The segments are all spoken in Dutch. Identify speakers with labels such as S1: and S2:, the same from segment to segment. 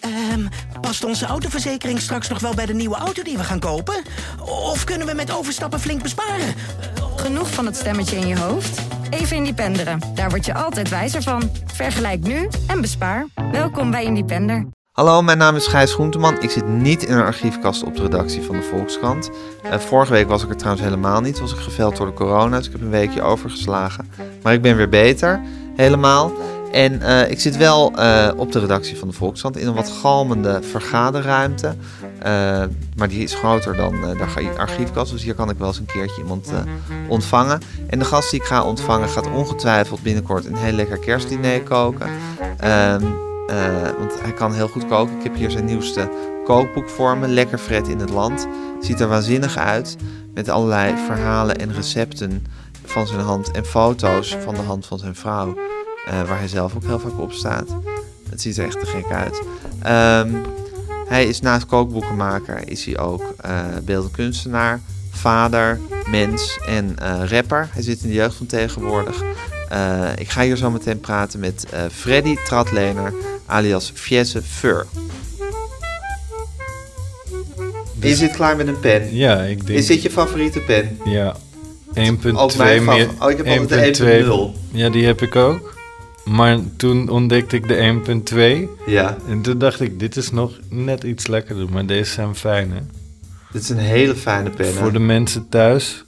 S1: Ehm, past onze autoverzekering straks nog wel bij de nieuwe auto die we gaan kopen? Of kunnen we met overstappen flink besparen?
S2: Genoeg van het stemmetje in je hoofd? Even independeren. Daar word je altijd wijzer van. Vergelijk nu en bespaar. Welkom bij Independer.
S3: Hallo, mijn naam is Gijs Groenteman. Ik zit niet in een archiefkast op de redactie van de Volkskrant. Eh, vorige week was ik er trouwens helemaal niet. Was ik geveld door de corona, dus ik heb een weekje overgeslagen. Maar ik ben weer beter, helemaal. En eh, ik zit wel eh, op de redactie van de Volkskrant in een wat galmende vergaderruimte. Eh, maar die is groter dan eh, de archi- archiefkast, dus hier kan ik wel eens een keertje iemand eh, ontvangen. En de gast die ik ga ontvangen gaat ongetwijfeld binnenkort een heel lekker kerstdiner koken. Ehm, eh, want hij kan heel goed koken. Ik heb hier zijn nieuwste kookboek voor me. Lekker Fred in het land. Ziet er waanzinnig uit. Met allerlei verhalen en recepten van zijn hand. En foto's van de hand van zijn vrouw. eh, waar hij zelf ook heel vaak op staat. Het ziet er echt te gek uit. Ehm, hij is naast kookboekenmaker is hij ook eh beeldend kunstenaar, vader, mens en eh, rapper. Hij zit in de jeugd van tegenwoordig. Eh, ik ga hier zo meteen praten met eh, Freddy Tratlener, alias Fiesse Fur. Je zit klaar met een pen.
S4: Ja, ik denk...
S3: Is dit je favoriete pen?
S4: Ja. 1.2
S3: Ook mijn
S4: meer...
S3: favoriet. Oh, ik heb altijd de
S4: 1.2. Ja, die heb ik ook. Maar toen ontdekte ik de 1.2.
S3: 1.0. Ja,
S4: En toen dacht ik, dit is nog net iets lekkerder. Maar deze zijn fijn, hè?
S3: dit is een hele fijne pen. hè?
S4: Voor de mensen thuis.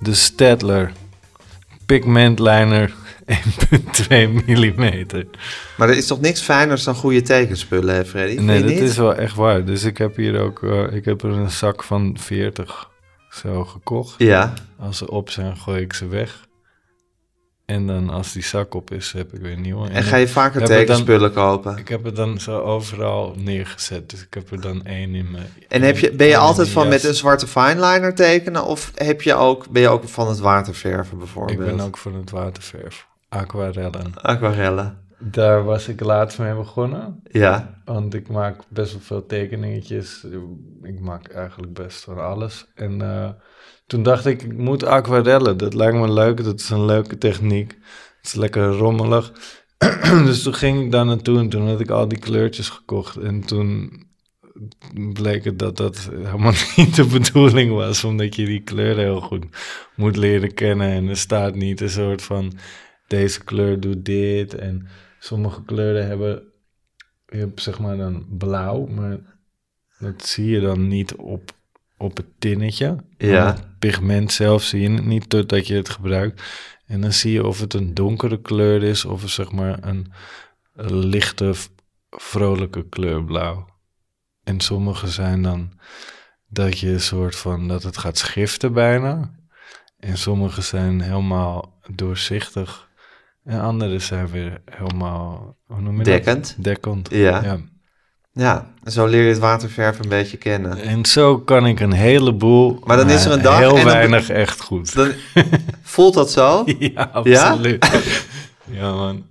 S4: De Stedler. Pigmentliner 1.2 mm.
S3: Maar er is toch niks fijners dan goede tekenspullen, hè, Freddy?
S4: Nee,
S3: Vind
S4: dat
S3: je niet?
S4: is wel echt waar. Dus ik heb hier ook... eh, ik heb er een zak van 40 zo gekocht.
S3: Ja,
S4: Als ze op zijn, gooi ik ze weg. En dan als die zak op is, heb ik weer een nieuwe.
S3: en ga je vaker
S4: Hebben we dan-
S3: tekenspullen kopen?
S4: Ik heb het dan zo overal neergezet. Dus ik heb er dan één in mijn...
S3: En heb je, ben je
S4: in mijn
S3: altijd van
S4: jas.
S3: met een zwarte fineliner tekenen? Of heb je ook, ben je ook van het waterverven
S4: Ik
S3: bijvoorbeeld?
S4: ben ook van het waterverf. Aquarellen.
S3: Aquarellen.
S4: Daar was ik laatst mee begonnen.
S3: Ja,
S4: Want ik maak best wel veel tekeningetjes. Ik maak eigenlijk best van alles. En eh, toen dacht ik, ik moet aquarellen. Dat lijkt me leuk. Dat is een leuke techniek. Het is lekker rommelig. dus toen ging ik daar naartoe en toen had ik al die kleurtjes gekocht. En toen bleek het dat dat helemaal niet de bedoeling was. Omdat je die kleuren heel goed moet leren kennen. En er staat niet een soort van deze kleur doet dit. En sommige kleuren hebben je hebt zeg maar dan blauw, maar dat zie je dan niet op, op het tinnetje.
S3: Ja.
S4: Want Het pigment zelf zie je het niet totdat je het gebruikt. En dan zie je of het een donkere kleur is of een, zeg maar een, een lichte, v- vrolijke kleur blauw. En sommige zijn dan dat je een soort van dat het gaat schiften bijna. En sommige zijn helemaal doorzichtig. En andere zijn weer helemaal, hoe noem je dat?
S3: dekkend.
S4: Dekkend.
S3: Ja. ja.
S4: Ja.
S3: en zo leer je het waterverven een beetje kennen.
S4: En zo kan ik een heleboel. eh,
S3: Maar dan is er een dag en
S4: Heel
S3: dan-
S4: weinig echt goed.
S3: Dan, voelt dat zo?
S4: Ja, absoluut. Ja? man.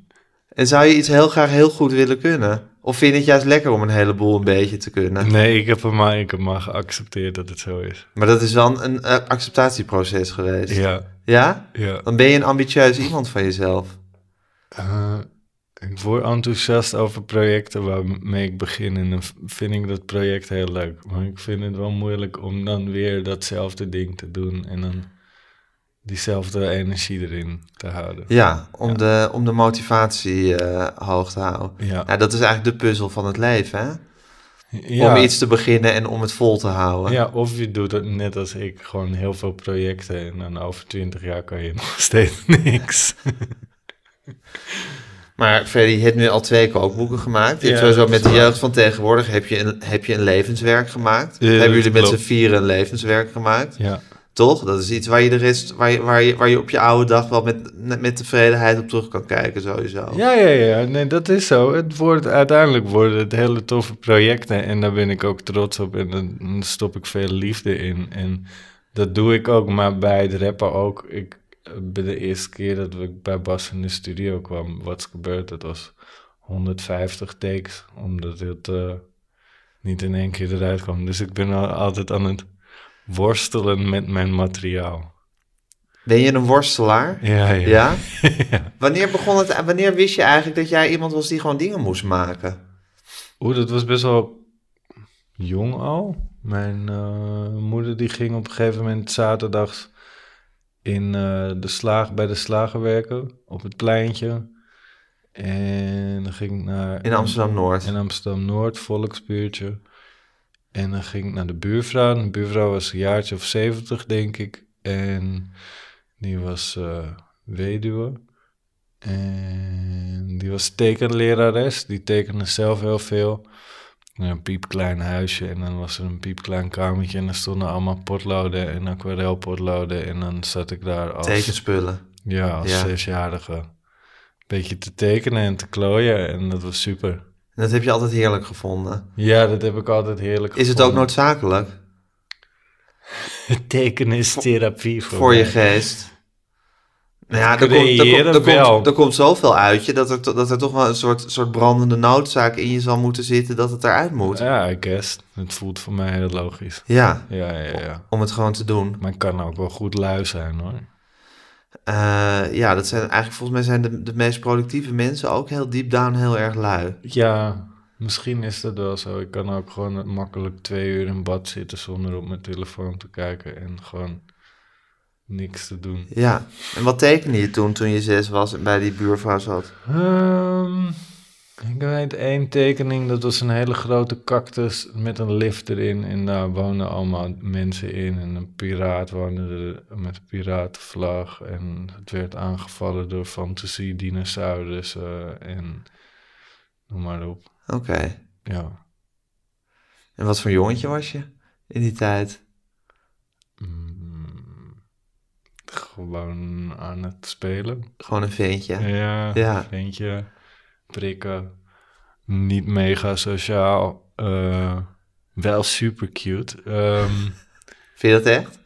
S3: En zou je iets heel graag heel goed willen kunnen? Of vind je het juist lekker om een heleboel een beetje te kunnen?
S4: Nee, ik heb hem maar, ik heb maar geaccepteerd dat het zo is.
S3: Maar dat is wel een eh, acceptatieproces geweest.
S4: Ja,
S3: Ja?
S4: ja.
S3: Dan ben je een ambitieus iemand van jezelf.
S4: Eh, ik word enthousiast over projecten waarmee ik begin. En dan v- vind ik dat project heel leuk. Maar ik vind het wel moeilijk om dan weer datzelfde ding te doen. En dan diezelfde energie erin te houden.
S3: Ja, om, De, om de motivatie eh, hoog te houden.
S4: Ja.
S3: Ja, dat is eigenlijk de puzzel van het leven, hè?
S4: Ja.
S3: Om iets te beginnen en om het vol te houden.
S4: Ja, of je doet het net als ik, gewoon heel veel projecten en dan over twintig jaar kan je nog steeds niks.
S3: Maar Freddy, je hebt nu al twee kookboeken gemaakt. Je hebt
S4: Ja,
S3: sowieso
S4: dat
S3: met
S4: is
S3: de
S4: waar.
S3: jeugd van tegenwoordig heb je een, heb je een levenswerk gemaakt.
S4: Ja,
S3: Hebben
S4: dat
S3: jullie met z'n
S4: klopt.
S3: vieren een levenswerk gemaakt?
S4: Ja,
S3: Toch? Dat is iets waar je de rest, waar je, waar je, waar je op je oude dag wel met, met tevredenheid op terug kan kijken, sowieso.
S4: ja, ja, ja. Nee, dat is zo. Het wordt, uiteindelijk worden het hele toffe projecten en daar ben ik ook trots op en dan dan stop ik veel liefde in. En dat doe ik ook, maar bij het rappen ook. Ik, eh, bij de eerste keer dat ik bij Bas in de studio kwam, wat is gebeurd? Dat was 150 takes, omdat het eh, niet in één keer eruit kwam. Dus ik ben al- altijd aan het worstelen met mijn materiaal.
S3: Ben je een worstelaar?
S4: Ja, ja.
S3: Ja?
S4: Ja.
S3: Wanneer, begon het, wanneer wist je eigenlijk dat jij iemand was die gewoon dingen moest maken?
S4: Oeh, dat was best wel jong al. Mijn eh, moeder die ging op een gegeven moment zaterdags in, eh, de slaag, bij de slager werken op het pleintje. En dan ging ik naar...
S3: In Amsterdam-Noord.
S4: In Amsterdam-Noord, volksbuurtje. En dan ging ik naar de buurvrouw. De buurvrouw was een jaartje of zeventig, denk ik. En die was eh, weduwe. En die was tekenlerares. Die tekende zelf heel veel. En een piepklein huisje. En dan was er een piepklein kamertje. En dan stonden allemaal potloden en aquarelpotloden. En dan zat ik daar als...
S3: Tekenspullen.
S4: Ja, als
S3: Ja.
S4: zesjarige. Een beetje te tekenen en te klooien. En dat was super.
S3: En dat heb je altijd heerlijk gevonden.
S4: Ja, dat heb ik altijd heerlijk
S3: Is het ook noodzakelijk
S4: nooit... Tekenen is therapie voor,
S3: voor je
S4: mij.
S3: geest? Nou ja, er komt, er,
S4: Creëren
S3: komt, er,
S4: wel.
S3: komt, er komt zoveel uit je dat er, to- dat er toch wel een soort, soort brandende noodzaak in je zal moeten zitten dat het eruit moet.
S4: Ja, I guess. Het voelt voor mij heel logisch.
S3: Ja,
S4: Ja, ja, ja.
S3: om het gewoon te doen.
S4: Maar ik kan ook wel goed lui zijn, hoor.
S3: Eh, ja, dat zijn eigenlijk volgens mij zijn de, de meest productieve mensen ook heel deep down heel erg lui.
S4: Ja, misschien is dat wel zo. Ik kan ook gewoon makkelijk twee uur in bad zitten zonder op mijn telefoon te kijken en gewoon niks te doen.
S3: Ja, en wat tekende je toen, toen je zes was en bij die buurvrouw zat?
S4: Ehm, ik weet één tekening, dat was een hele grote cactus met een lift erin. En daar woonden allemaal mensen in. En een piraat woonde er met een piratenvlag. En het werd aangevallen door fantasiedinaurussen en noem maar op.
S3: Oké,
S4: Ja.
S3: en wat voor jongetje was je in die tijd?
S4: Mm, gewoon aan het spelen.
S3: Gewoon een ventje.
S4: Ja,
S3: Ja.
S4: vind je. Prikken. Niet mega sociaal. eh, wel super cute. Ehm,
S3: Vind je dat echt?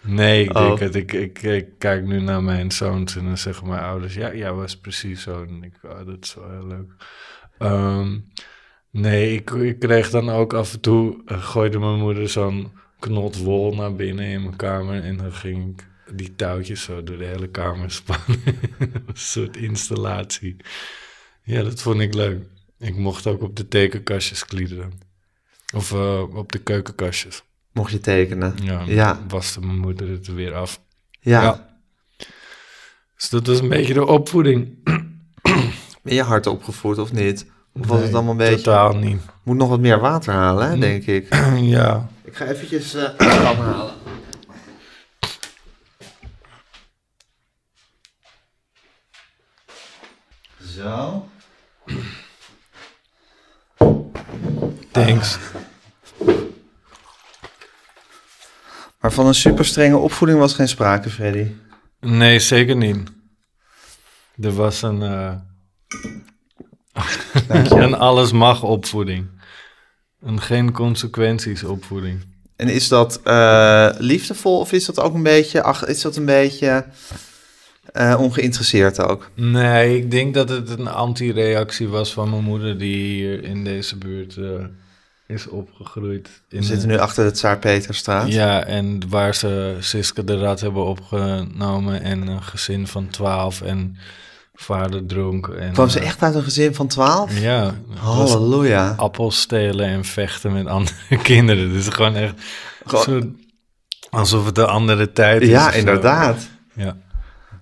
S4: nee, ik,
S3: Oh.
S4: denk het. Ik, ik, ik kijk nu naar mijn zoons en dan zeggen mijn ouders... Ja, jij was precies zo. En ik, oh, dat is wel heel leuk. Ehm, nee, ik, ik kreeg dan ook af en toe... eh, gooide mijn moeder zo'n knot wol naar binnen in mijn kamer... en dan ging ik die touwtjes zo door de hele kamer spannen. een soort installatie. Ja, dat vond ik leuk. Ik mocht ook op de tekenkastjes kliederen. Of eh, op de keukenkastjes.
S3: Mocht je tekenen?
S4: Ja,
S3: Ja.
S4: waste mijn moeder het er weer af.
S3: Ja.
S4: Dus dat was een beetje de opvoeding.
S3: Ben je hard opgevoed of niet? Of was het allemaal een beetje...
S4: Totaal niet.
S3: Moet nog wat meer water halen, hè, denk ik.
S4: ja.
S3: Ik ga eventjes eh kan halen. Zo.
S4: Thanks.
S3: Maar van een super strenge opvoeding was geen sprake, Freddy.
S4: Nee, zeker niet. Er was een... eh, een alles mag opvoeding. Een geen consequenties opvoeding.
S3: En is dat eh, liefdevol of is dat ook een beetje, ach, is dat een beetje eh, ongeïnteresseerd ook?
S4: Nee, ik denk dat het een anti-reactie was van mijn moeder... die hier in deze buurt eh, is opgegroeid. In
S3: We zitten
S4: een-
S3: nu achter de Tsaar Peterstraat.
S4: Ja, en waar ze Siska de Rad hebben opgenomen en een gezin van twaalf en vader dronk. En,
S3: Kwam ze
S4: eh,
S3: echt uit een gezin van 12?
S4: Ja, was
S3: Halleluja.
S4: appels stelen en vechten met andere kinderen. Dus gewoon echt
S3: Gewoon-
S4: zo- alsof het de andere tijd is. eh, of
S3: Ja,
S4: zo.
S3: inderdaad.
S4: Ja.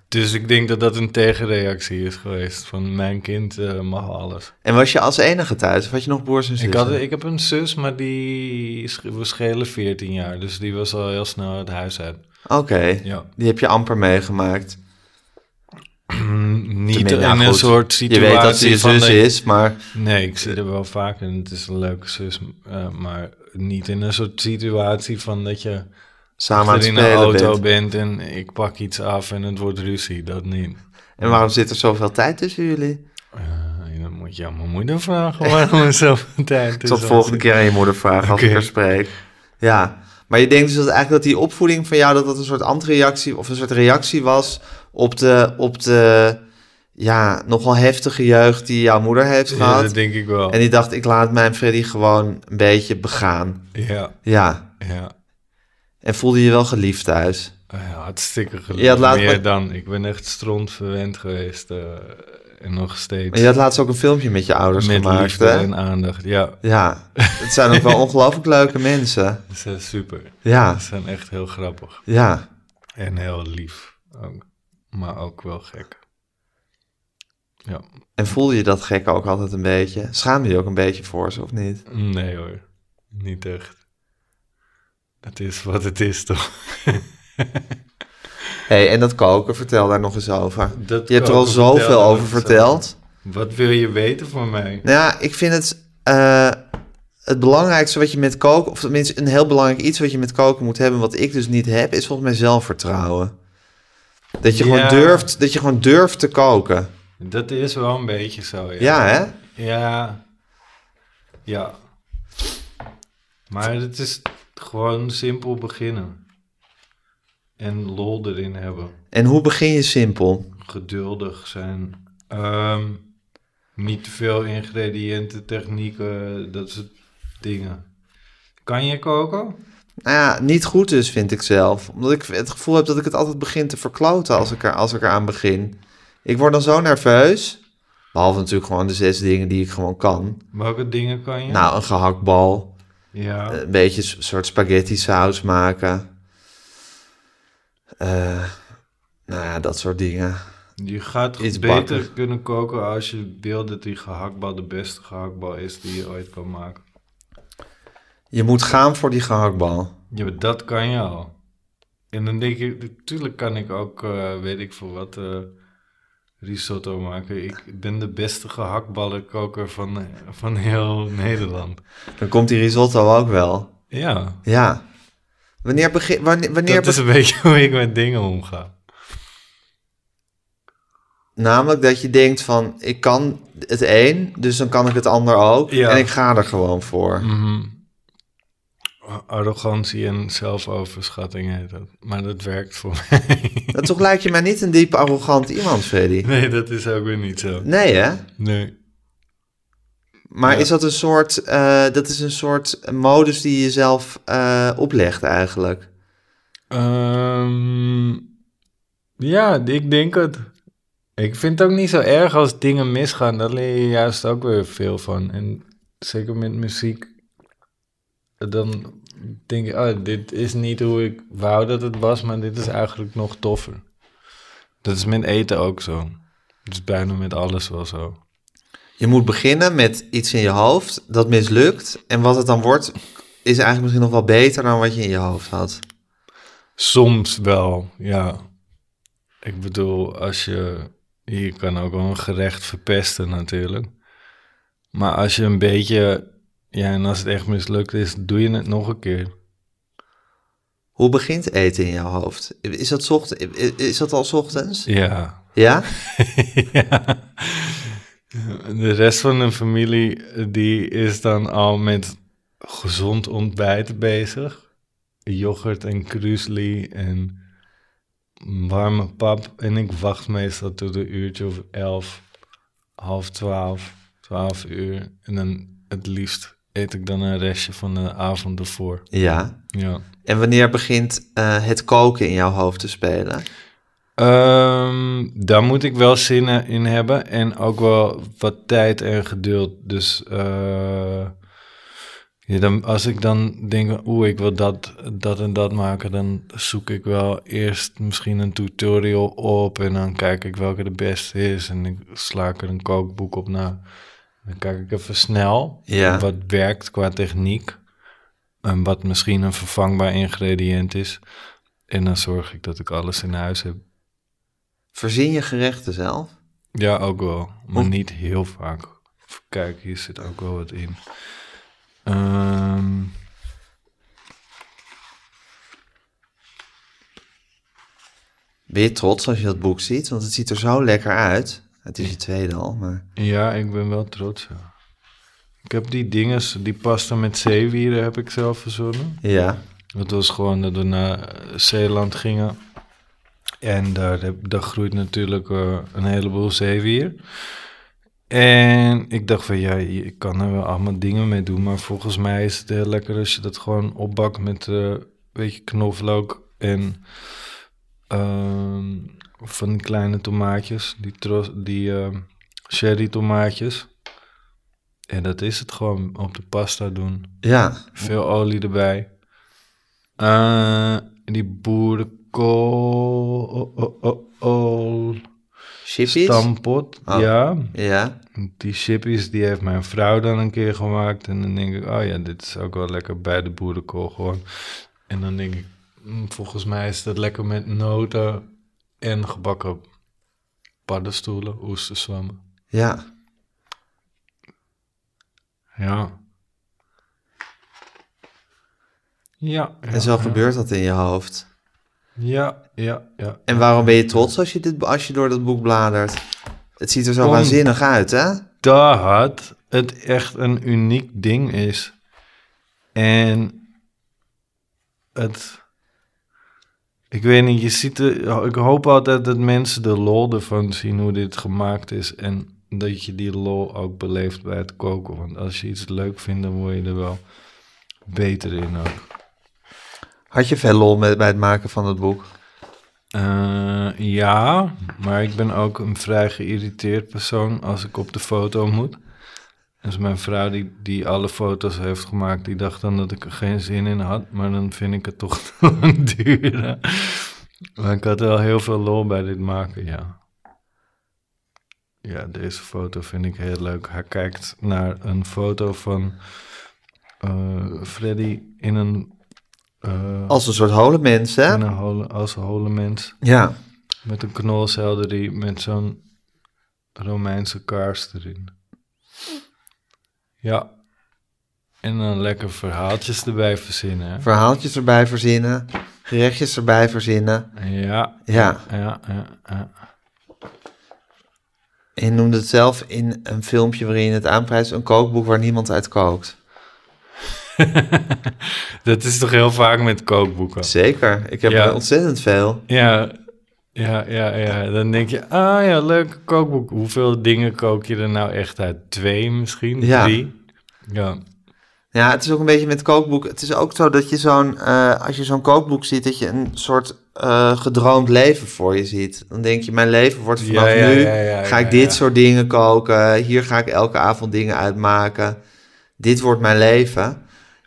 S4: Dus ik denk dat dat een tegenreactie is geweest van mijn kind eh, mag alles.
S3: En was je als enige thuis of had je nog broers en zussen?
S4: Ik, had, ik heb een zus, maar die is, we schelen 14 jaar, dus die was al heel snel het huis uit.
S3: Oké,
S4: Ja.
S3: die heb je amper meegemaakt.
S4: Mm, niet
S3: Tenminste, ja,
S4: in een
S3: goed.
S4: soort
S3: Je
S4: situatie
S3: weet dat ze je
S4: van
S3: zus
S4: de-
S3: is, maar
S4: Nee, ik zie er wel vaak en het is een leuke zus, eh, maar niet in een soort situatie van dat je
S3: samen aan
S4: er
S3: het
S4: in een
S3: spelen
S4: auto
S3: bent.
S4: bent. en ik pak iets af en het wordt ruzie, dat niet.
S3: En waarom zit er zoveel tijd tussen jullie?
S4: Eh, dan moet je aan mijn moeder vragen waarom er zoveel tijd
S3: Ik
S4: is.
S3: zal het volgende keer aan je moeder vragen als ik
S4: Oké.
S3: er spreek. Ja, maar je denkt dus dat eigenlijk dat die opvoeding van jou... dat dat een soort antireactie of een soort reactie was... op de, op de ja, nogal heftige jeugd die jouw moeder heeft
S4: Ja,
S3: gehad.
S4: dat denk ik wel.
S3: En die dacht, ik laat mijn Freddy gewoon een beetje begaan.
S4: Ja,
S3: Ja,
S4: ja.
S3: en voelde je wel geliefd thuis?
S4: Eh, hartstikke
S3: Ja,
S4: gelukkig.
S3: het laat
S4: Meer
S3: maar-
S4: dan. Ik ben echt stront verwend geweest. eh, en nog steeds.
S3: En je had laatst ook een filmpje met je ouders
S4: met
S3: gemaakt,
S4: liefde
S3: hè?
S4: en aandacht. Ja,
S3: Ja, het zijn ook wel ongelooflijk leuke mensen.
S4: ze zijn eh, super.
S3: Ja,
S4: Ze zijn echt heel grappig.
S3: ja.
S4: En heel lief ook. Maar ook wel gek. Ja,
S3: En voelde je dat gek ook altijd een beetje? Schaamde je ook een beetje voor ze, of niet?
S4: nee hoor. Niet echt. Het is wat het is toch?
S3: hey, en dat koken, vertel daar nog eens over.
S4: Dat
S3: Je hebt er al
S4: koken, vertel
S3: zoveel
S4: daar
S3: over
S4: nog eens
S3: verteld.
S4: Wat wil je weten van mij?
S3: Nou ja, ik vind het eh, het belangrijkste wat je met koken... of tenminste een heel belangrijk iets wat je met koken moet hebben... wat ik dus niet heb, is volgens mij zelfvertrouwen. Dat je, gewoon,
S4: Ja.
S3: durft, dat je gewoon durft te koken.
S4: Dat is wel een beetje zo, ja.
S3: Ja, hè?
S4: Ja. Ja. Maar het is gewoon simpel beginnen. En lol erin hebben.
S3: En hoe begin je simpel?
S4: Geduldig zijn. Ehm, niet te veel ingrediënten, technieken, dat soort dingen. Kan je koken?
S3: Nou ja, niet goed dus, vind ik zelf. Omdat ik het gevoel heb dat ik het altijd begin te verkloten als ik, er, als ik eraan begin. Ik word dan zo nerveus. Behalve natuurlijk gewoon de zes dingen die ik gewoon kan.
S4: Welke dingen kan je?
S3: Nou, eh, een gehaktbal.
S4: ja.
S3: Een beetje een soort spaghetti saus maken. Eh, nou ja, dat soort dingen.
S4: Je gaat
S3: Iets
S4: beter
S3: bakken.
S4: kunnen koken als je wil dat die gehaktbal de beste gehaktbal is die je ooit kan maken.
S3: Je moet gaan voor die gehaktbal.
S4: Ja, maar dat kan je al. En dan denk ik, natuurlijk kan ik ook, eh, weet ik voor wat, eh, risotto maken. Ik ben de beste gehaktballenkoker van, eh, van heel Nederland.
S3: Dan komt die risotto ook wel.
S4: Ja,
S3: Ja. Wanneer begin... Wanneer, wanneer
S4: dat is een beetje hoe ik met dingen omga.
S3: Namelijk dat je denkt van, ik kan het een, dus dan kan ik het ander ook.
S4: Ja.
S3: En ik ga er gewoon voor.
S4: Mhm. Arrogantie en zelfoverschatting heet dat. Maar dat werkt voor mij.
S3: Dat toch lijkt je mij niet een diep arrogant iemand, Freddy?
S4: Nee, dat is ook weer niet zo.
S3: Nee, hè?
S4: Nee.
S3: Maar
S4: Ja.
S3: is dat een soort, eh, dat is een soort modus die je jezelf eh, oplegt eigenlijk?
S4: Ehm, ja, ik denk het. Ik vind het ook niet zo erg als dingen misgaan. Daar leer je juist ook weer veel van. En zeker met muziek. Dan denk je, oh, dit is niet hoe ik wou dat het was, maar dit is eigenlijk nog toffer. Dat is met eten ook zo. Dat is bijna met alles wel zo.
S3: Je moet beginnen met iets in je hoofd dat mislukt. En wat het dan wordt, is eigenlijk misschien nog wel beter dan wat je in je hoofd had.
S4: Soms wel, ja. Ik bedoel, als je. Je kan ook wel een gerecht verpesten, natuurlijk. Maar als je een beetje. Ja, en als het echt mislukt is, doe je het nog een keer.
S3: Hoe begint eten in je hoofd? Is dat, ocht- is dat al 's ochtends?
S4: Ja.
S3: Ja?
S4: ja. De rest van de familie, die is dan al met gezond ontbijt bezig. Yoghurt en kruisli en warme pap. En ik wacht meestal tot een uurtje of elf, half twaalf, twaalf uur. En dan het liefst eet ik dan een restje van de avond ervoor.
S3: Ja.
S4: Ja.
S3: En wanneer begint eh, het koken in jouw hoofd te spelen?
S4: Ehm, daar moet ik wel zin in hebben en ook wel wat tijd en geduld. Dus eh, ja, dan, als ik dan denk, oeh, ik wil dat, dat en dat maken, dan zoek ik wel eerst misschien een tutorial op en dan kijk ik welke de beste is en ik sla ik er een kookboek op na. Dan kijk ik even snel
S3: Ja.
S4: wat werkt qua techniek en wat misschien een vervangbaar ingrediënt is. En dan zorg ik dat ik alles in huis heb.
S3: Verzin je gerechten zelf?
S4: Ja, ook wel. Maar
S3: Of-
S4: niet heel vaak. Even kijken, hier zit ook wel wat in. Ehm.
S3: Ben je trots als je dat boek ziet? Want het ziet er zo lekker uit. Het is je tweede al, maar...
S4: ja, ik ben wel trots. ja. Ik heb die dingen, die pasta met zeewieren heb ik zelf verzonnen.
S3: Ja.
S4: Dat was gewoon dat we naar eh, Zeeland gingen. En daar, heb- daar groeit natuurlijk eh, een heleboel zeewier. En ik dacht van ja, je- ik kan er wel allemaal dingen mee doen. Maar volgens mij is het heel lekker als je dat gewoon opbakt met eh weet je, knoflook en ehm, van die kleine tomaatjes. Die, tros, die ehm, cherry tomaatjes. En dat is het gewoon op de pasta doen.
S3: Ja,
S4: Veel olie erbij. Eh, die boerenkool. Oh, oh, oh, oh.
S3: chippies.
S4: Stampot.
S3: Oh.
S4: Ja.
S3: Ja,
S4: Die chippies die heeft mijn vrouw dan een keer gemaakt. En dan denk ik, oh ja, dit is ook wel lekker bij de boerenkool gewoon. En dan denk ik, mm, volgens mij is dat lekker met noten en gebakken paddenstoelen, oesterzwammen.
S3: ja.
S4: Ja. Ja. ja,
S3: En zo
S4: ja.
S3: gebeurt dat in je hoofd.
S4: Ja, ja, ja.
S3: En waarom ben je trots als je, dit, als je door dat boek bladert? Het ziet er zo
S4: Om-
S3: waanzinnig uit, hè?
S4: dat het echt een uniek ding is. En het. Ik weet niet, je ziet de, ik hoop altijd dat mensen de lol ervan zien hoe dit gemaakt is. En dat je die lol ook beleeft bij het koken. Want als je iets leuk vindt, dan word je er wel beter in ook.
S3: Had je veel lol met, bij het maken van het boek?
S4: Eh, ja, maar ik ben ook een vrij geïrriteerd persoon als ik op de foto moet. Dus mijn vrouw die, die alle foto's heeft gemaakt, die dacht dan dat ik er geen zin in had. Maar dan vind ik het toch te lang duren. Maar ik had wel heel veel lol bij dit maken, ja. Ja, deze foto vind ik heel leuk. Hij kijkt naar een foto van eh, Freddy in een... eh,
S3: Als een soort holenmens, hè?
S4: in een hole, als een hole mens.
S3: Ja.
S4: Met een knolselderie met zo'n Romeinse kaars erin. Ja. En dan lekker verhaaltjes erbij verzinnen. Hè?
S3: Verhaaltjes erbij verzinnen. Gerechtjes erbij verzinnen.
S4: Ja,
S3: Ja.
S4: ja, ja, ja.
S3: En je noemde het zelf in een filmpje waarin je het aanprijst... een kookboek waar niemand uit kookt.
S4: Dat is toch heel vaak met kookboeken.
S3: Zeker. Ik heb
S4: Ja.
S3: er ontzettend veel.
S4: Ja, ja, ja, ja. Dan denk je, ah ja, leuk kookboek. Hoeveel dingen kook je er nou echt uit? Twee misschien?
S3: Ja.
S4: Drie? Ja.
S3: Ja, het is ook een beetje met kookboek. Het is ook zo dat je zo'n, eh, als je zo'n kookboek ziet, dat je een soort eh, gedroomd leven voor je ziet. Dan denk je, mijn leven wordt
S4: Ja,
S3: vanaf
S4: ja,
S3: nu,
S4: ja, ja,
S3: ga
S4: ja,
S3: ik dit
S4: ja.
S3: soort dingen koken, hier ga ik elke avond dingen uitmaken. Dit wordt mijn leven.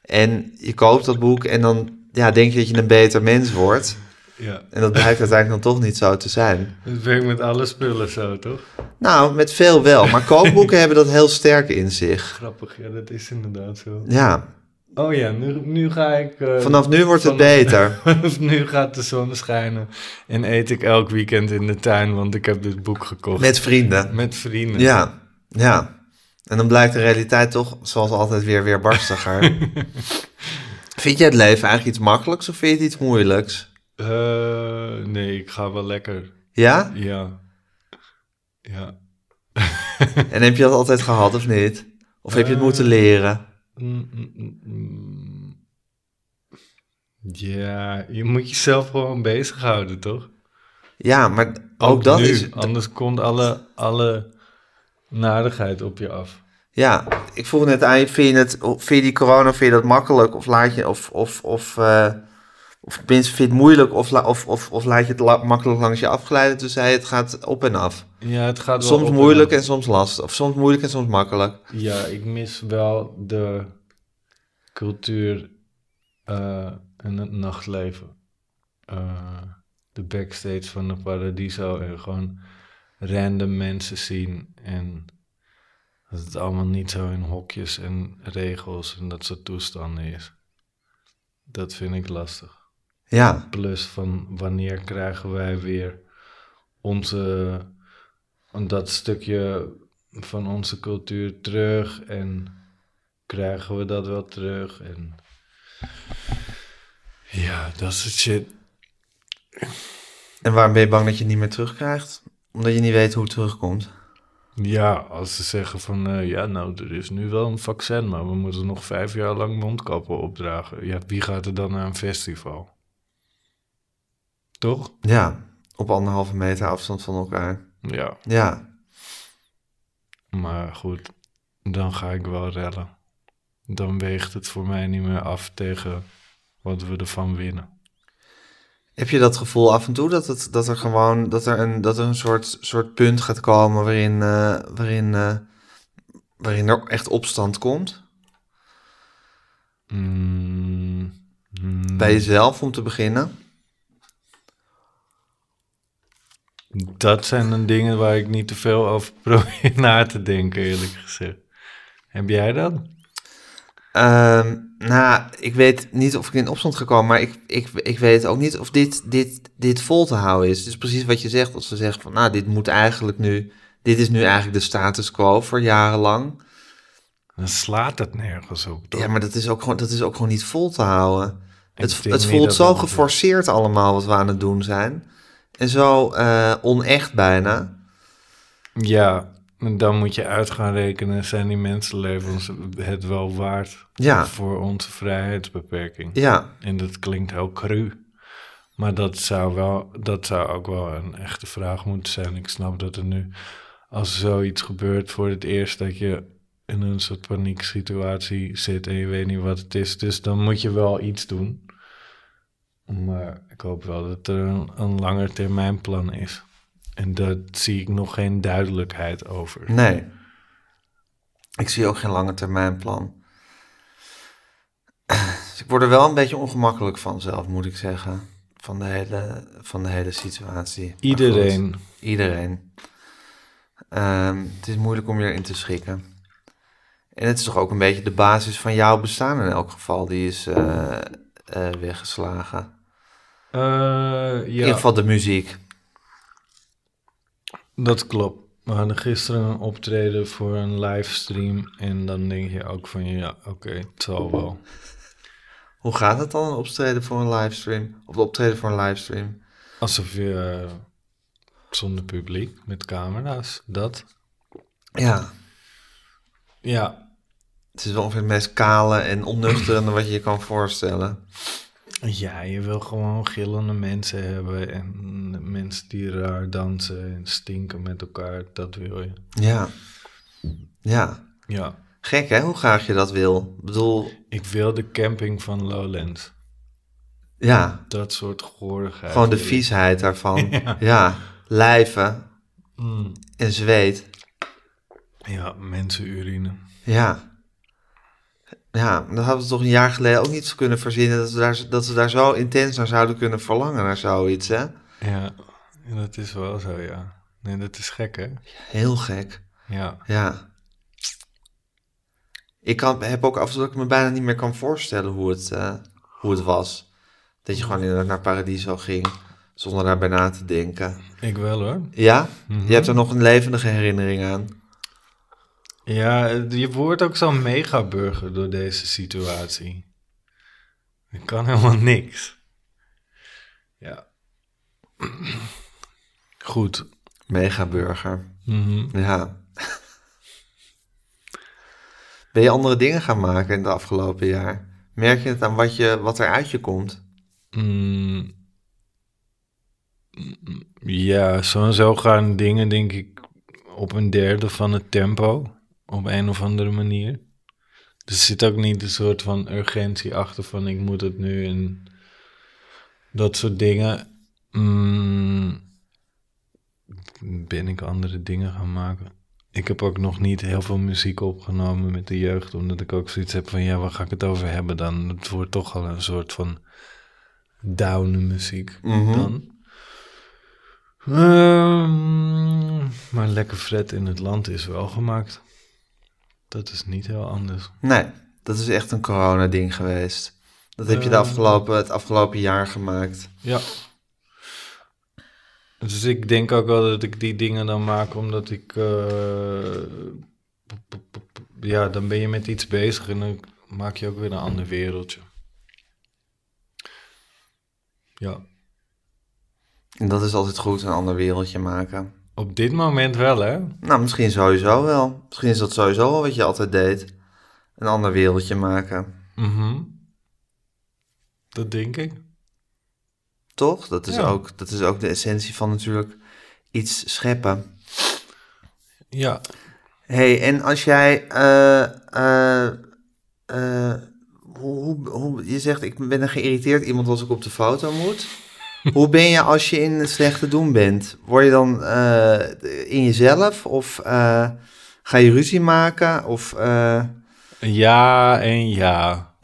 S3: En je koopt dat boek en dan ja, denk je dat je een beter mens wordt.
S4: ja.
S3: En dat blijkt uiteindelijk dan toch niet zo te zijn.
S4: Dat werkt met alle spullen zo, toch?
S3: Nou, met veel wel, maar kookboeken hebben dat heel sterk in zich.
S4: Grappig, ja, dat is inderdaad zo.
S3: Ja,
S4: Oh ja, nu, nu ga ik. eh,
S3: vanaf nu wordt het
S4: vanaf-
S3: beter.
S4: vanaf nu gaat de zon schijnen. En eet ik elk weekend in de tuin, want ik heb dit boek gekocht.
S3: Met vrienden.
S4: Met vrienden.
S3: Ja, ja. En dan blijkt de realiteit toch, zoals altijd, weer weer barstiger. vind jij het leven eigenlijk iets makkelijks of vind je het iets moeilijks?
S4: Eh, nee, ik ga wel lekker.
S3: Ja?
S4: Ja. Ja.
S3: En heb je dat altijd gehad of niet? Of heb je het
S4: Eh.
S3: moeten leren?
S4: Mm, mm, mm, mm. Ja, je moet jezelf gewoon bezighouden, toch?
S3: Ja, maar ook dat
S4: nu,
S3: is...
S4: Anders komt alle, alle narigheid op je af.
S3: Ja, ik vroeg net aan je, vind je, het, vind je die corona vind je dat makkelijk? Of laat je... Of, of, of, eh, of tenminste, vind je het moeilijk? Of, la- of, of, of laat je het la- makkelijk langs je afglijden? Toen zei je, het gaat op en af.
S4: Ja, het gaat wel op
S3: Soms
S4: en
S3: moeilijk
S4: af.
S3: en soms last. Of soms moeilijk en soms makkelijk.
S4: Ja, ik mis wel de cultuur eh, en het nachtleven. Eh, de backstage van de Paradiso en gewoon random mensen zien. En dat het allemaal niet zo in hokjes en regels en dat soort toestanden is. Dat vind ik lastig.
S3: Ja.
S4: Plus van wanneer krijgen wij weer onze, dat stukje van onze cultuur terug en krijgen we dat wel terug en ja, dat soort shit.
S3: En waarom ben je bang dat je het niet meer terugkrijgt? Omdat je niet weet hoe het terugkomt.
S4: Ja, als ze zeggen van eh, ja, nou, er is nu wel een vaccin, maar we moeten nog vijf jaar lang mondkappen opdragen. Ja, wie gaat er dan naar een festival? Toch?
S3: Ja, op anderhalve meter afstand van elkaar.
S4: Ja.
S3: Ja,
S4: Maar goed, dan ga ik wel rellen. Dan weegt het voor mij niet meer af tegen wat we ervan winnen.
S5: Heb je dat gevoel af en toe dat, het, dat er gewoon dat er een, dat er een soort, soort punt gaat komen waarin, eh, waarin, eh, waarin er echt opstand komt?
S4: Mm, mm,
S5: Bij jezelf om te beginnen?
S4: Dat zijn dan dingen waar ik niet te veel over probeer na te denken, eerlijk gezegd. Heb jij dat?
S5: Ehm, nou, ik weet niet of ik in opstand ga komen, maar ik, ik, ik weet ook niet of dit, dit, dit vol te houden is. Dus precies wat je zegt, als ze zeggen van, nou, dit moet eigenlijk nu, dit is nu eigenlijk de status quo voor jarenlang.
S4: Dan slaat het nergens op, toch?
S5: Ja, maar dat is ook gewoon, dat is ook gewoon niet vol te houden.
S4: Ik
S5: Het,
S4: denk
S5: het
S4: niet
S5: voelt
S4: dat
S5: zo
S4: dat-
S5: geforceerd allemaal wat we aan het doen zijn. En zo eh, onecht bijna.
S4: Ja, en dan moet je uit gaan rekenen, zijn die mensenlevens het wel waard
S5: Ja.
S4: voor onze vrijheidsbeperking?
S5: Ja,
S4: En dat klinkt heel cru. Maar dat zou, wel, dat zou ook wel een echte vraag moeten zijn. Ik snap dat er nu, als er zoiets gebeurt voor het eerst, dat je in een soort panieksituatie zit en je weet niet wat het is. Dus dan moet je wel iets doen. Maar ik hoop wel dat er een, een langer termijn plan is. En daar zie ik nog geen duidelijkheid over.
S5: nee. Ik zie ook geen lange termijn plan. Dus ik word er wel een beetje ongemakkelijk van zelf, moet ik zeggen. Van de hele, van de hele situatie. Maar goed,
S4: Iedereen.
S5: iedereen. Ehm, het is moeilijk om je erin te schikken. En het is toch ook een beetje de basis van jouw bestaan in elk geval. Die is eh, eh, weggeslagen.
S4: Eh,
S5: In
S4: ja.
S5: ieder geval de muziek.
S4: Dat klopt. We hadden gisteren een optreden voor een livestream. En dan denk je ook van ja, oké, het zal wel.
S5: Hoe gaat het dan, een optreden voor een livestream? Of de optreden voor een livestream?
S4: Alsof je eh, zonder publiek, met camera's, dat.
S5: Ja,
S4: Ja,
S5: het is wel ongeveer het meest kale en onnuchterende wat je je kan voorstellen.
S4: ja je wil gewoon gillende mensen hebben. En mensen die raar dansen en stinken met elkaar, dat wil je.
S5: Ja. Ja.
S4: Ja,
S5: Gek, hè? Hoe graag je dat wil. Ik bedoel,
S4: ik wil de camping van Lowlands.
S5: ja.
S4: Dat soort goorigheid.
S5: Gewoon de
S4: wil ik.
S5: viesheid daarvan. Ja. Lijven
S4: Mm.
S5: en zweet.
S4: Ja, mensenurine.
S5: Ja. Ja, dat hadden we toch een jaar geleden ook niet kunnen verzinnen... dat we daar, dat we daar zo intens naar zouden kunnen verlangen, naar zoiets, hè?
S4: Ja, dat is wel zo, ja. Nee, dat is gek, hè?
S5: Heel gek.
S4: Ja.
S5: Ja. Ik kan, heb ook af en toe dat ik me bijna niet meer kan voorstellen hoe het, eh, hoe het was. Dat je gewoon inderdaad naar Paradiso ging, zonder daarbij na te denken.
S4: Ik wel, hoor.
S5: Ja?
S4: Mhm.
S5: Je hebt er nog een levendige herinnering aan.
S4: Ja, je wordt ook zo'n megaburger door deze situatie. Je kan helemaal niks. Ja. Goed.
S5: Megaburger.
S4: Mhm.
S5: Ja. Ben je andere dingen gaan maken in het afgelopen jaar? Merk je het aan wat, je, wat er uit je komt?
S4: Mm. Mm, Ja, zo en zo gaan dingen, denk ik, op een derde van het tempo. Op een of andere manier. Er zit ook niet een soort van urgentie achter van ik moet het nu en dat soort dingen. Mm, ben ik andere dingen gaan maken? Ik heb ook nog niet heel veel muziek opgenomen met de jeugd, omdat ik ook zoiets heb van ja, waar ga ik het over hebben dan? Het wordt toch al een soort van down muziek
S5: Mhm.
S4: dan. Ehm, maar lekker Fred in het land is wel gemaakt. Dat is niet heel anders.
S5: Nee, dat is echt een corona-ding geweest. Dat heb je de
S4: Eh.
S5: afgelopen, het afgelopen jaar gemaakt.
S4: Ja. Dus ik denk ook wel dat ik die dingen dan maak omdat ik. eh, p- p- p- p- ja, dan ben je met iets bezig en dan maak je ook weer een ander wereldje. Ja,
S5: En dat is altijd goed, een ander wereldje maken.
S4: op dit moment wel, hè?
S5: Nou, misschien sowieso wel. Misschien is dat sowieso wel wat je altijd deed. Een ander wereldje maken.
S4: Mhm. Dat denk ik.
S5: Toch? Dat is,
S4: Ja.
S5: ook, dat is ook de essentie van natuurlijk iets scheppen.
S4: Ja.
S5: hey, en als jij... eh, eh, eh, hoe, hoe, hoe- je zegt, ik ben een geïrriteerd iemand als ik op de foto moet. Hoe ben je als je in het slechte doen bent? Word je dan eh, in jezelf of eh, ga je ruzie maken of eh,
S4: Ja en ja.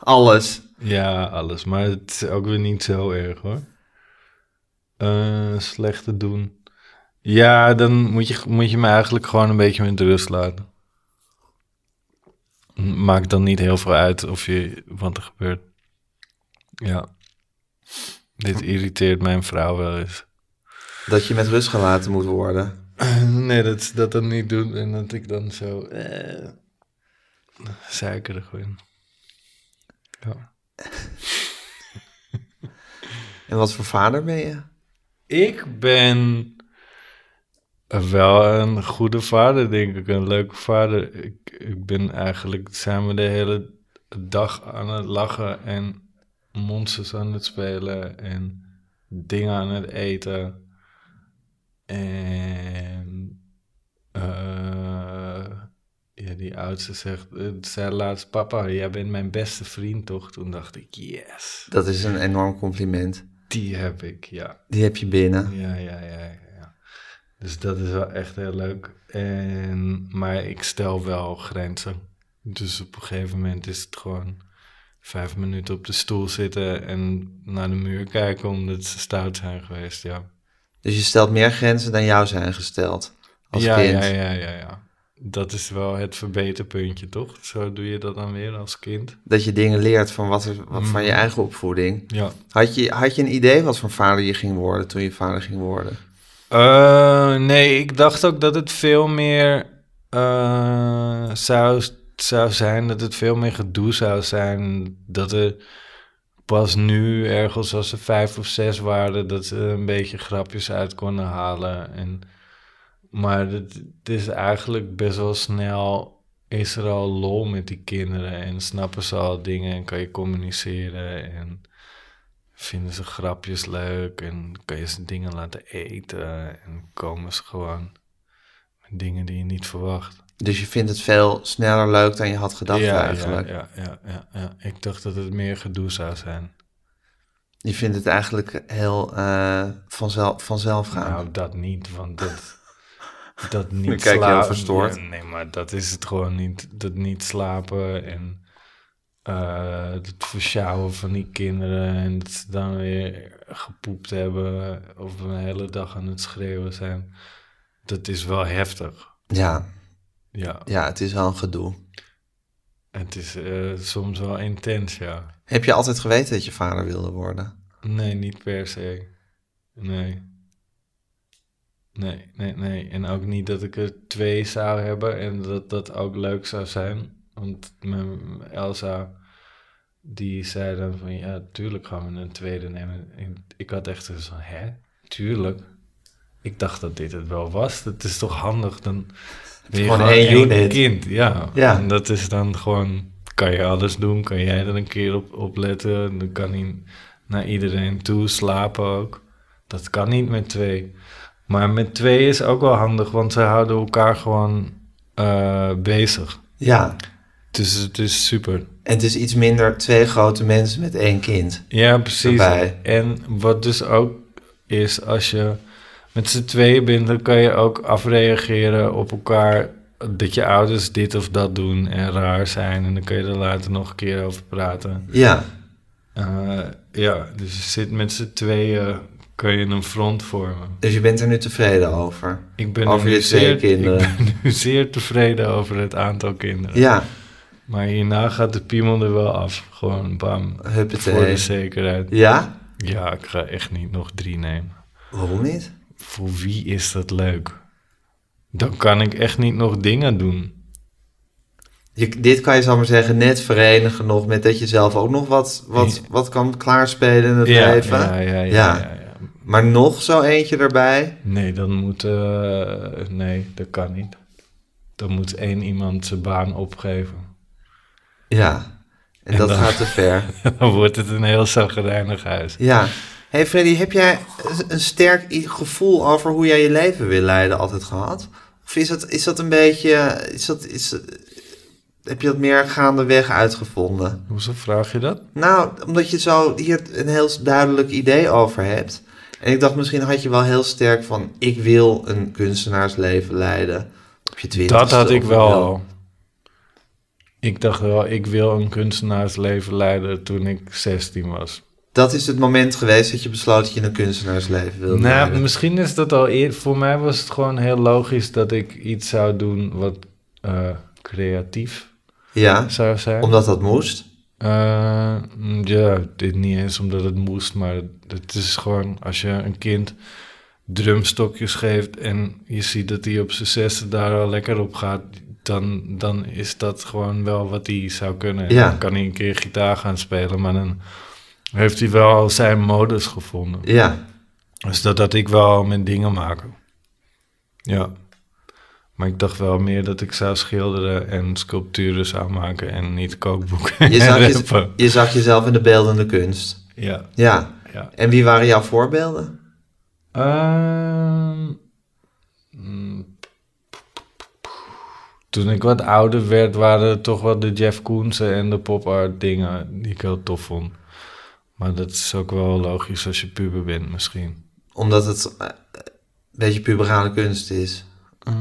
S5: alles?
S4: Ja, alles. Maar het is ook weer niet zo erg hoor. Eh slechte doen. Ja, dan moet je, moet je me eigenlijk gewoon een beetje met rust laten. Maakt dan niet heel veel uit of je, wat er gebeurt. Ja. Dit irriteert mijn vrouw wel eens.
S5: Dat je met rust gelaten moet worden.
S4: Nee, dat ze dat dan niet doen en dat ik dan zo eh, suikerig ben. Ja.
S5: En wat voor vader ben je?
S4: Ik ben wel een goede vader, denk ik. Een leuke vader. Ik, ik ben eigenlijk samen de hele dag aan het lachen en monsters aan het spelen en dingen aan het eten. En eh, ja, die oudste zegt, het zei laatst, papa, jij bent mijn beste vriend, toch? Toen dacht ik, yes,
S5: Dat is een enorm compliment.
S4: die heb ik, ja.
S5: Die heb je binnen.
S4: Ja, ja, ja, ja, ja. Dus dat is wel echt heel leuk. En, maar ik stel wel grenzen. Dus op een gegeven moment is het gewoon vijf minuten op de stoel zitten en naar de muur kijken omdat ze stout zijn geweest. Ja,
S5: Dus je stelt meer grenzen dan jou zijn gesteld als
S4: ja,
S5: kind.
S4: ja, ja, ja, ja. Dat is wel het verbeterpuntje, toch? Zo doe je dat dan weer als kind.
S5: Dat je dingen leert van, wat er, wat,
S4: Mm.
S5: van je eigen opvoeding.
S4: Ja.
S5: Had je, had je een idee wat voor vader je ging worden toen je vader ging worden?
S4: Eh, nee, ik dacht ook dat het veel meer eh, zou, zou zijn, dat het veel meer gedoe zou zijn. Dat er pas nu, ergens als ze vijf of zes waren, dat ze een beetje grapjes uit konden halen. En, maar het, het is eigenlijk best wel snel, is er al lol met die kinderen en snappen ze al dingen en kan je communiceren en vinden ze grapjes leuk en kan je ze dingen laten eten en komen ze gewoon met dingen die je niet verwacht.
S5: Dus je vindt het veel sneller leuk dan je had gedacht eigenlijk.
S4: Ja, ja, ja, ja. Ik dacht dat het meer gedoe zou zijn.
S5: Je vindt het eigenlijk heel eh, vanzelf, vanzelf gaan.
S4: Nou, dat niet, want dat, dat niet
S5: Nu Ah. kijk je
S4: sla-
S5: heel verstoord.
S4: Ja, nee, maar dat is het gewoon niet. Dat niet slapen en eh, het versjouwen van die kinderen en dat ze dan weer gepoept hebben of een hele dag aan het schreeuwen zijn. Dat is wel heftig.
S5: ja,
S4: Ja,
S5: ja, het is wel een gedoe.
S4: het is eh, soms wel intens, ja.
S5: Heb je altijd geweten dat je vader wilde worden?
S4: Nee, niet per se. Nee. Nee, nee, nee. En ook niet dat ik er twee zou hebben en dat dat ook leuk zou zijn. Want mijn Elsa, die zei dan van ja, tuurlijk gaan we een tweede nemen. En ik had echt zo van, hè? Tuurlijk. Ik dacht dat dit het wel was. Dat is toch handig, dan ben je
S5: Gewoon
S4: gewoon,
S5: één
S4: één
S5: unit.
S4: kind. Ja.
S5: Ja.
S4: en dat is dan gewoon, kan je alles doen, kan jij er een keer op, op letten. Dan kan hij naar iedereen toe, slapen ook. Dat kan niet met twee. Maar met twee is ook wel handig, want ze houden elkaar gewoon eh, bezig.
S5: Ja,
S4: Dus het is super.
S5: en het is iets minder twee grote mensen met één kind.
S4: Ja, precies.
S5: erbij.
S4: En wat dus ook is, als je met z'n tweeën bent, dan kan je ook afreageren op elkaar. Dat je ouders dit of dat doen en raar zijn. En dan kun je er later nog een keer over praten.
S5: Ja,
S4: Eh, ja, dus je zit met z'n tweeën, kun je een front vormen.
S5: dus je bent er nu tevreden over.
S4: Ik ben,
S5: Over
S4: er
S5: je
S4: nu
S5: twee
S4: zeer,
S5: kinderen.
S4: ik ben nu zeer tevreden over het aantal kinderen.
S5: Ja,
S4: Maar hierna gaat de piemel er wel af. Gewoon bam. Voor de
S5: huppatee.
S4: zekerheid.
S5: Ja?
S4: Ja, ik ga echt niet nog drie nemen.
S5: Waarom niet?
S4: Voor wie is dat leuk? Dan kan ik echt niet nog dingen doen.
S5: Je, dit kan je, zal ik maar zeggen, net verenigen nog met dat je zelf ook nog wat, wat, wat kan klaarspelen in het
S4: ja,
S5: leven.
S4: ja, ja, ja,
S5: Ja.
S4: ja, ja.
S5: Maar nog zo eentje erbij.
S4: Nee, dan moet... eh, nee, dat kan niet. Dan moet één iemand zijn baan opgeven.
S5: Ja, en,
S4: En
S5: dat
S4: dan-
S5: gaat te ver.
S4: dan wordt het een heel zagrijnig huis.
S5: Ja. Hey Freddy, heb jij een sterk i- gevoel over hoe jij je leven wil leiden altijd gehad? Of is dat, is dat een beetje, is dat, is, heb je dat meer gaandeweg uitgevonden?
S4: Hoezo vraag je dat?
S5: Nou, omdat je zo hier een heel duidelijk idee over hebt. En ik dacht, misschien had je wel heel sterk van... ik wil een kunstenaarsleven leiden. Op je twintigste.
S4: Dat had ik
S5: of
S4: wel al. Ik dacht wel, ik wil een kunstenaarsleven leiden toen ik 16 was.
S5: Dat is het moment geweest dat je besloot dat je een kunstenaarsleven wilde
S4: Nou,
S5: leiden.
S4: misschien is dat al eerder. Voor mij was het gewoon heel logisch dat ik iets zou doen wat eh, creatief
S5: Ja,
S4: zou zijn.
S5: omdat dat moest.
S4: Eh, mm, ja, dit niet eens omdat het moest, maar het is gewoon als je een kind drumstokjes geeft en je ziet dat hij op zijn zesde daar al lekker op gaat, dan, dan is dat gewoon wel wat hij zou kunnen. En
S5: Ja.
S4: Dan kan hij een keer gitaar gaan spelen, maar dan heeft hij wel al zijn modus gevonden.
S5: Ja,
S4: Dus dat had ik wel met dingen maken. Ja. Maar ik dacht wel meer dat ik zou schilderen en sculpturen zou maken en niet kookboeken
S5: je
S4: en
S5: zag,
S4: rappen.
S5: je, je zag jezelf in de beeldende kunst.
S4: Ja,
S5: Ja.
S4: ja.
S5: En wie waren jouw voorbeelden?
S4: Ehm, mm, toen ik wat ouder werd, waren het toch wel de Jeff Koensen en de pop art dingen die ik heel tof vond. Maar dat is ook wel logisch als je puber bent misschien.
S5: Omdat het eh, een beetje puberale kunst is.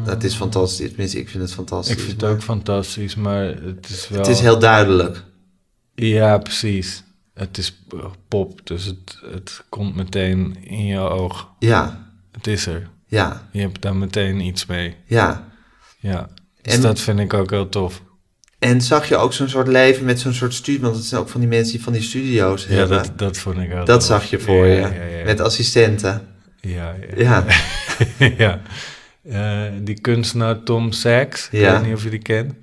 S5: Dat is fantastisch. Tenminste, ik vind het fantastisch.
S4: Mm. Ik vind het
S5: maar
S4: ook fantastisch, maar het is wel...
S5: Het is heel duidelijk.
S4: Ja, precies. Het is eh, pop, dus het, het komt meteen in je oog.
S5: Ja,
S4: Het is er.
S5: ja,
S4: Je hebt daar meteen iets mee.
S5: ja.
S4: Ja. Dus
S5: En-
S4: dat vind ik ook heel tof.
S5: En zag je ook zo'n soort leven met zo'n soort studie? Want het zijn ook van die mensen die van die studio's
S4: Ja,
S5: hebben.
S4: dat, dat vond ik ook.
S5: Dat zag je voor
S4: ja,
S5: je.
S4: Ja, ja, ja.
S5: Met assistenten.
S4: ja, ja.
S5: Ja,
S4: Ja. Eh, die kunstenaar Tom Sachs, ik
S5: Ja.
S4: weet niet of je die kent.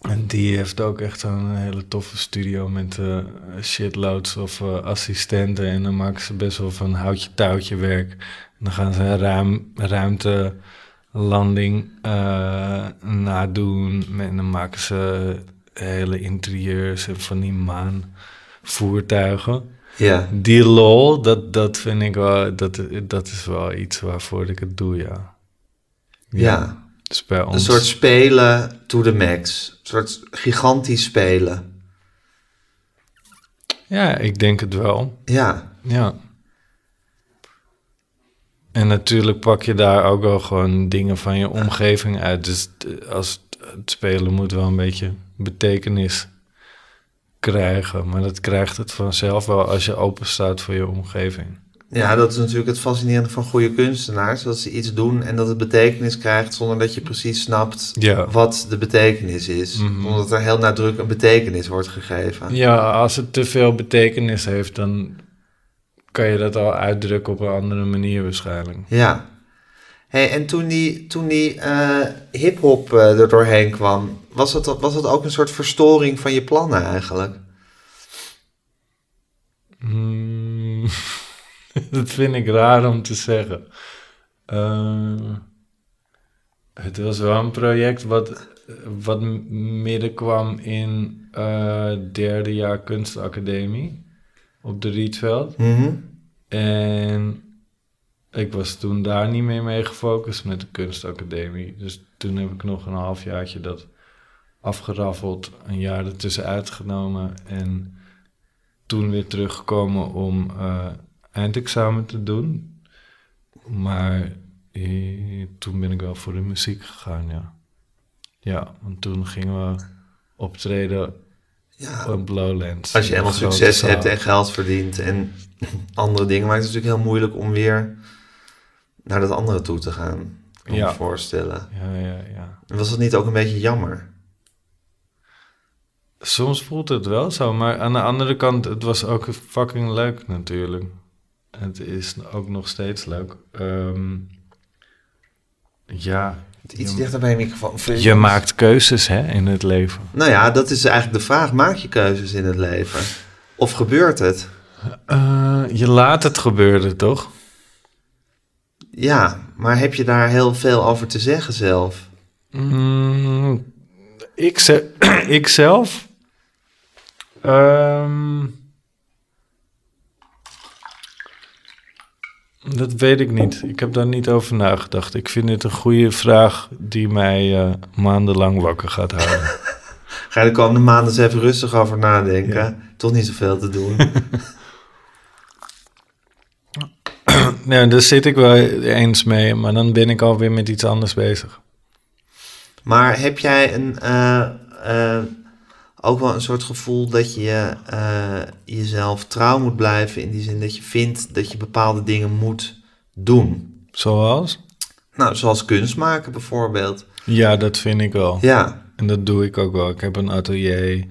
S4: En die heeft ook echt zo'n hele toffe studio met eh, shitloads of eh, assistenten. En dan maken ze best wel van houtje-touwtje werk. En dan gaan ze een ruim, ruimtelanding eh, nadoen. En dan maken ze hele interieurs en van die maanvoertuigen.
S5: ja.
S4: Die lol, dat, dat vind ik wel, dat, dat is wel iets waarvoor ik het doe, ja.
S5: ja.
S4: Dus bij ons.
S5: Een soort spelen to the max. Een soort gigantisch spelen.
S4: Ja, ik denk het wel.
S5: Ja,
S4: Ja. En natuurlijk pak je daar ook wel gewoon dingen van je omgeving uit. Dus t- als het, het spelen moet wel een beetje betekenis krijgen. Maar dat krijgt het vanzelf wel als je open staat voor je omgeving.
S5: ja dat is natuurlijk het fascinerende van goede kunstenaars. Dat ze iets doen en dat het betekenis krijgt zonder dat je precies snapt
S4: Ja.
S5: wat de betekenis is.
S4: Mhm.
S5: Omdat er heel nadrukkelijk een betekenis wordt gegeven.
S4: Ja, als het te veel betekenis heeft, dan kan je dat al uitdrukken op een andere manier waarschijnlijk.
S5: Ja. Hey, en toen die, toen die eh, hip-hop eh, er doorheen kwam, was dat, was dat ook een soort verstoring van je plannen eigenlijk?
S4: Hmm, dat vind ik raar om te zeggen. Eh, het was wel een project wat, wat m- middenkwam in eh derde jaar kunstacademie op de Rietveld.
S5: Mhm.
S4: En ik was toen daar niet meer mee gefocust met de kunstacademie. Dus toen heb ik nog een halfjaartje dat afgeraffeld, een jaar ertussen uitgenomen en toen weer teruggekomen om eh, eindexamen te doen. Maar eh, toen ben ik wel voor de muziek gegaan, ja. Ja, want toen gingen we optreden
S5: Ja.
S4: op Lowlands.
S5: Als je helemaal
S4: Een grote
S5: succes
S4: zaal.
S5: hebt en geld verdient en andere dingen, maakt het natuurlijk heel moeilijk om weer naar dat andere toe te gaan. Kan ik
S4: Ja.
S5: me voorstellen.
S4: Ja, ja, ja.
S5: En was dat niet ook een beetje jammer?
S4: Soms voelt het wel zo, maar aan de andere kant, het was ook fucking leuk natuurlijk. Het is ook nog steeds leuk. Ehm, ja.
S5: Iets
S4: je,
S5: dichter bij je microfoon. Vind
S4: je maakt keuzes hè, in het leven.
S5: Nou ja, dat is eigenlijk de vraag. Maak je keuzes in het leven? Of gebeurt het?
S4: Eh, je laat het gebeuren, toch?
S5: Ja, maar heb je daar heel veel over te zeggen zelf?
S4: Mm, ik, ze- ik zelf. Ehm, Dat weet ik niet. Ik heb daar niet over nagedacht. Ik vind dit een goede vraag die mij eh, maandenlang wakker gaat houden.
S5: Ga je de komende maanden eens even rustig over nadenken. Toch niet zoveel te doen.
S4: nee, daar zit ik wel eens mee, maar dan ben ik alweer met iets anders bezig.
S5: maar heb jij een, eh, eh, ook wel een soort gevoel dat je eh, jezelf trouw moet blijven? In die zin dat je vindt dat je bepaalde dingen moet doen.
S4: Zoals?
S5: Nou, zoals kunst maken bijvoorbeeld.
S4: Ja, dat vind ik wel.
S5: Ja,
S4: En dat doe ik ook wel. Ik heb een atelier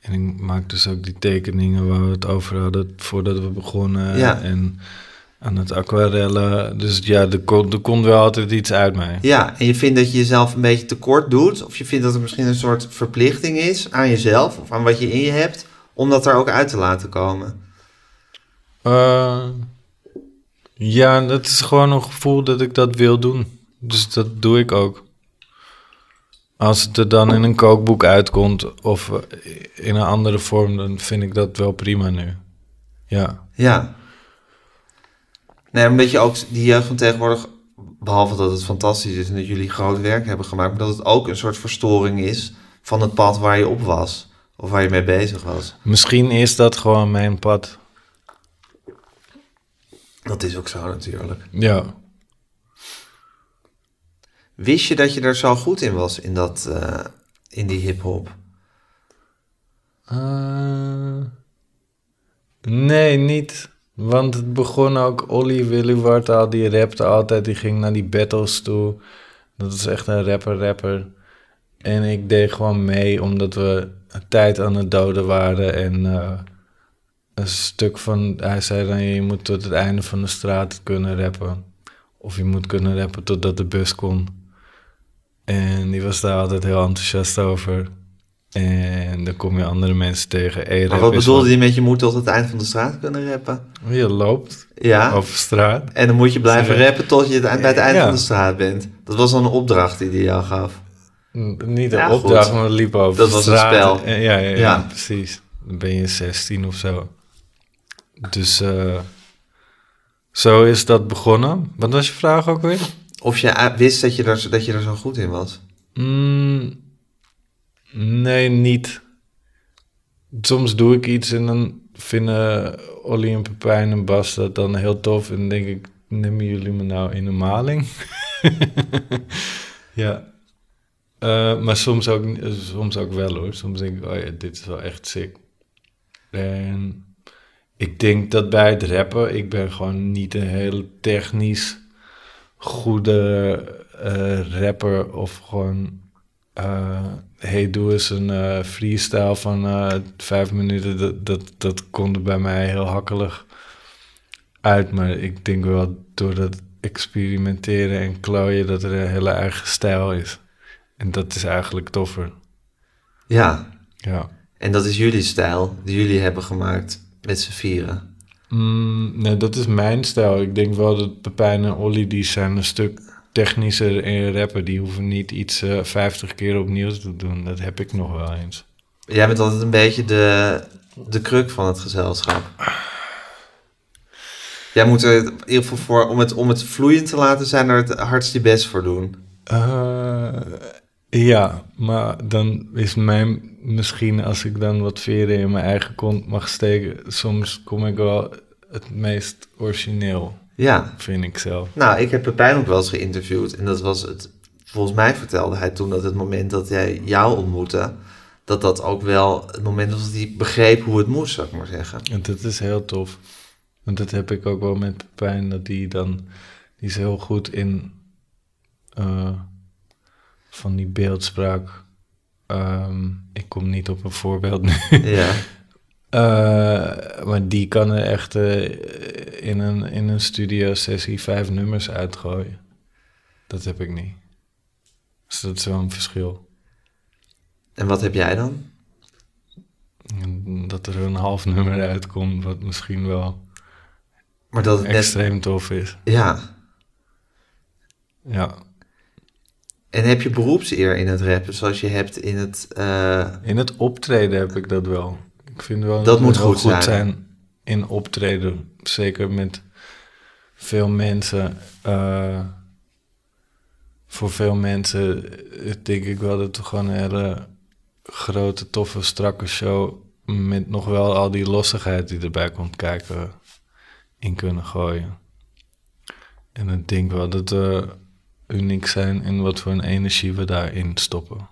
S4: en ik maak dus ook die tekeningen waar we het over hadden voordat we begonnen.
S5: Ja.
S4: En aan het aquarellen. Dus ja, er, kon- er komt wel altijd iets uit mij.
S5: Ja, en je vindt dat je jezelf een beetje tekort doet, of je vindt dat er misschien een soort verplichting is aan jezelf of aan wat je in je hebt, om dat er ook uit te laten komen.
S4: Eh, ja, dat is gewoon een gevoel dat ik dat wil doen. Dus dat doe ik ook. Als het er dan in een kookboek uitkomt of eh, in een andere vorm, dan vind ik dat wel prima nu. Ja.
S5: Ja. Nee, omdat je ook die jeugd van tegenwoordig, behalve dat het fantastisch is en dat jullie groot werk hebben gemaakt, maar dat het ook een soort verstoring is van het pad waar je op was of waar je mee bezig was.
S4: Misschien is dat gewoon mijn pad.
S5: Dat is ook zo natuurlijk.
S4: Ja.
S5: Wist je dat je er zo goed in was in, dat, eh, in die hip-hop?
S4: Eh, nee, niet. Want het begon ook, Olly Willyward al, die rapte altijd, die ging naar die battles toe. Dat is echt een rapper-rapper. En ik deed gewoon mee, omdat we tijd aan het doden waren. En eh, een stuk van, hij zei dan, je moet tot het einde van de straat kunnen rappen. Of je moet kunnen rappen totdat de bus kon. En die was daar altijd heel enthousiast over. En dan kom je andere mensen tegen. Hey,
S5: Maar
S4: rap
S5: wat
S4: is
S5: bedoelde je met je moet tot het eind van de straat kunnen rappen?
S4: wat- Je loopt
S5: Ja.
S4: over straat.
S5: En dan moet je blijven
S4: Sorry.
S5: rappen tot je het- bij het eind
S4: Ja.
S5: van de straat bent. Dat was dan een opdracht die hij jou gaf.
S4: N- Niet een
S5: Ja,
S4: opdracht,
S5: goed.
S4: maar we liepen over
S5: Dat was een
S4: straat.
S5: spel.
S4: En- Ja, ja, ja,
S5: Ja.
S4: precies. Dan ben je 16 of zo. Dus eh, zo is dat begonnen. Wat was je vraag ook weer?
S5: Of je a- wist dat je, er, zo- dat je er zo goed in was.
S4: Mm, nee, niet. Soms doe ik iets en dan vinden Olly en Pepijn en Bas dat dan heel tof. En dan denk ik, nemen jullie me nou in de maling? ja. Eh, maar soms ook, eh, soms ook wel hoor. Soms denk ik, oh ja, dit is wel echt sick. En ik denk dat bij het rappen, ik ben gewoon niet een heel technisch goede eh, rapper of gewoon. eh, hey, doe eens een eh, freestyle van eh, vijf minuten. Dat, dat, dat komt er bij mij heel hakkelig uit. Maar ik denk wel door dat experimenteren en klooien dat er een hele eigen stijl is. En dat is eigenlijk toffer.
S5: Ja,
S4: Ja.
S5: en dat is jullie stijl die jullie hebben gemaakt met z'n vieren.
S4: Mm, nee, dat is mijn stijl. Ik denk wel dat Pepijn en Olly, die zijn een stuk technischer in rappen. Die hoeven niet iets eh 50 keer opnieuw te doen. Dat heb ik nog wel eens.
S5: Jij bent altijd een beetje de, de kruk van het gezelschap. Jij moet er in ieder geval voor, om het, om het vloeiend te laten zijn, er het hardst je best voor doen.
S4: Eh, ja, maar dan is mijn... Misschien als ik dan wat veren in mijn eigen kont mag steken... soms kom ik wel het meest origineel,
S5: Ja.
S4: vind ik zelf.
S5: Nou, ik heb Pepijn ook wel eens geïnterviewd. En dat was het. Volgens mij vertelde hij toen dat het moment dat hij jou ontmoette. dat dat ook wel het moment was dat hij begreep hoe het moest, zou ik maar zeggen.
S4: En dat is heel tof. Want dat heb ik ook wel met Pepijn, dat die dan... Die is heel goed in eh, van die beeldspraak. Ehm, ik kom niet op een voorbeeld nu.
S5: Ja.
S4: Eh, maar die kan er echt eh, in, een, in een studio sessie vijf nummers uitgooien. Dat heb ik niet. Dus dat is wel een verschil.
S5: En wat heb jij dan?
S4: En Dat er een half nummer uitkomt, wat misschien wel
S5: Maar dat het net.
S4: extreem tof is.
S5: Ja.
S4: Ja,
S5: En heb je beroepseer in het rappen, zoals je hebt in het. eh,
S4: in het optreden heb ik dat wel. Ik vind wel
S5: Dat moet
S4: wel
S5: goed zijn.
S4: in optreden. Zeker met veel mensen. eh, voor veel mensen eh, denk ik wel dat we gewoon een hele grote, toffe, strakke show. met nog wel al die lossigheid die erbij komt kijken. in kunnen gooien. En ik denk wel dat we uniek zijn in wat voor een energie we daarin stoppen.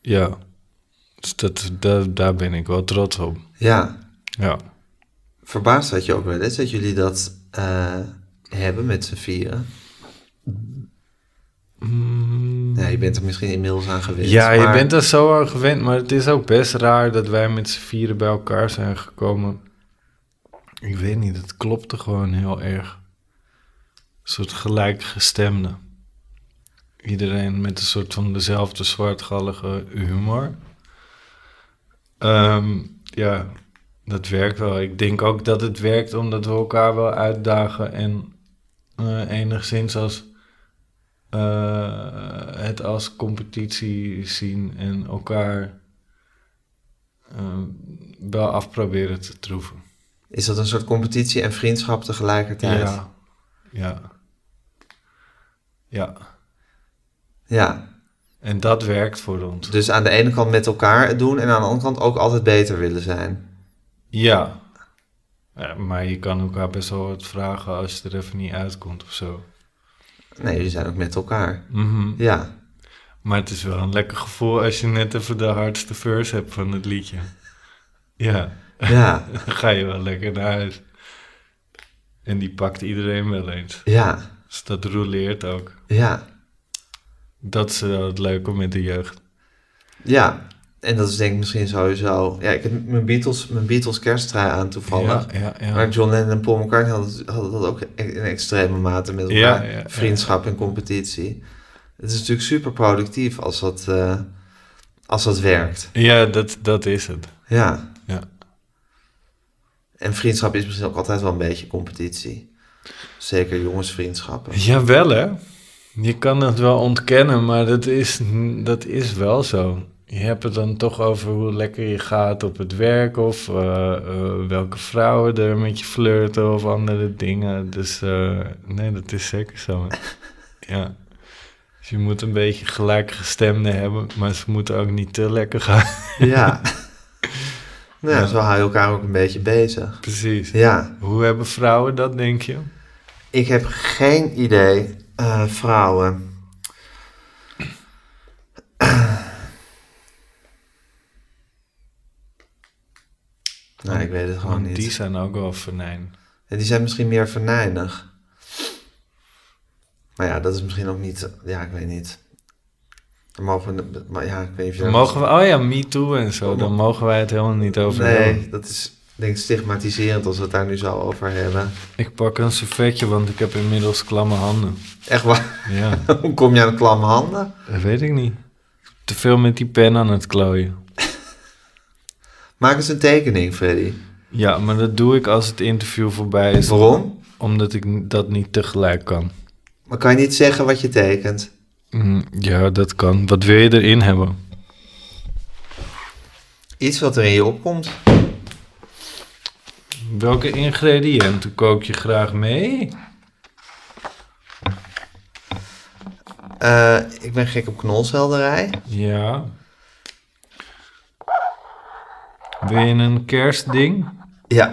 S4: Ja. Dus dat, daar- daar ben ik wel trots op.
S5: Ja,
S4: Ja.
S5: verbaasd dat je ook wel eens dat jullie dat eh, hebben met z'n vieren. Ja, je bent er misschien inmiddels aan gewend.
S4: Mm. Ja, je
S5: maar-
S4: bent er zo aan gewend, maar het is ook best raar dat wij met z'n vieren bij elkaar zijn gekomen. Ik weet niet, het klopte gewoon heel erg. Een soort gelijkgestemde. Iedereen met een soort van dezelfde zwartgallige humor. Ehm, ja, dat werkt wel. Ik denk ook dat het werkt omdat we elkaar wel uitdagen en eh, enigszins als eh, het als competitie zien en elkaar eh, wel afproberen te troeven.
S5: Is dat een soort competitie en vriendschap tegelijkertijd?
S4: Ja. ja. Ja.
S5: Ja,
S4: En dat werkt voor ons.
S5: Dus aan de ene kant met elkaar het doen en aan de andere kant ook altijd beter willen zijn.
S4: Ja. Ja, maar je kan elkaar best wel wat vragen als je er even niet uitkomt of zo.
S5: Nee, jullie zijn ook met elkaar.
S4: Mhm.
S5: Ja.
S4: Maar het is wel een lekker gevoel als je net even de hardste verse hebt van het liedje. Ja.
S5: Ja,
S4: Dan ga je wel lekker naar huis. En die pakt iedereen wel eens.
S5: ja,
S4: Dus dat roleert ook.
S5: ja,
S4: Dat is wel het leuke met de jeugd.
S5: ja. En dat is denk ik misschien sowieso... Ja, ik heb mijn Beatles, mijn Beatles kersttrui aan toevallig.
S4: Ja, ja, ja.
S5: Maar John Lennon en Paul McCartney hadden, dus, hadden dat ook e-, in extreme mate met elkaar.
S4: Ja, ja, ja.
S5: Vriendschap en competitie. Het is natuurlijk super productief als dat, eh, als dat werkt.
S4: Ja, dat, dat is het.
S5: Ja.
S4: Ja.
S5: En vriendschap is misschien ook altijd wel een beetje competitie. Zeker jongensvriendschappen.
S4: Jawel, hè? Je kan het wel ontkennen, maar dat is, dat is wel zo. Je hebt het dan toch over hoe lekker je gaat op het werk... of eh, eh, welke vrouwen er met je flirten of andere dingen. Dus eh, nee, dat is zeker zo. hè. ja. Dus je moet een beetje gelijkgestemde hebben... maar ze moeten ook niet te lekker gaan.
S5: Ja. nou, ja,
S4: Ja.
S5: zo hou je elkaar ook een beetje bezig.
S4: Precies.
S5: Ja,
S4: Hoe hebben vrouwen dat, denk
S5: Oh,
S4: je?
S5: ik heb geen idee. eh, vrouwen. nou, ik weet het gewoon
S4: Want
S5: niet.
S4: die zijn ook wel venijn.
S5: En die zijn misschien meer venijnig. Maar ja, dat is misschien ook niet... Ja, ik weet niet. Dan mogen we... Maar ja, ik weet niet of je
S4: Dan
S5: daar-
S4: mogen we, oh ja, me too en zo, dan mogen wij het helemaal niet over hebben.
S5: Nee, dat is denk ik stigmatiserend als we het daar nu zo over hebben.
S4: Ik pak een servetje, want ik heb inmiddels klamme handen.
S5: Echt waar?
S4: Ja,
S5: Hoe kom je aan de klamme handen?
S4: dat weet ik niet. Te veel met die pen aan het klooien.
S5: Maak eens een tekening, Freddy.
S4: Ja, maar dat doe ik als het interview voorbij is.
S5: Waarom?
S4: Omdat ik n- dat niet tegelijk kan.
S5: Maar kan je niet zeggen wat je tekent?
S4: Mm, Ja, dat kan. Wat wil je erin hebben?
S5: Iets wat er in je opkomt.
S4: Welke ingrediënten kook je graag mee?
S5: Eh, ik ben gek op knolselderij.
S4: Ja. Wil je een kerstding?
S5: Ja.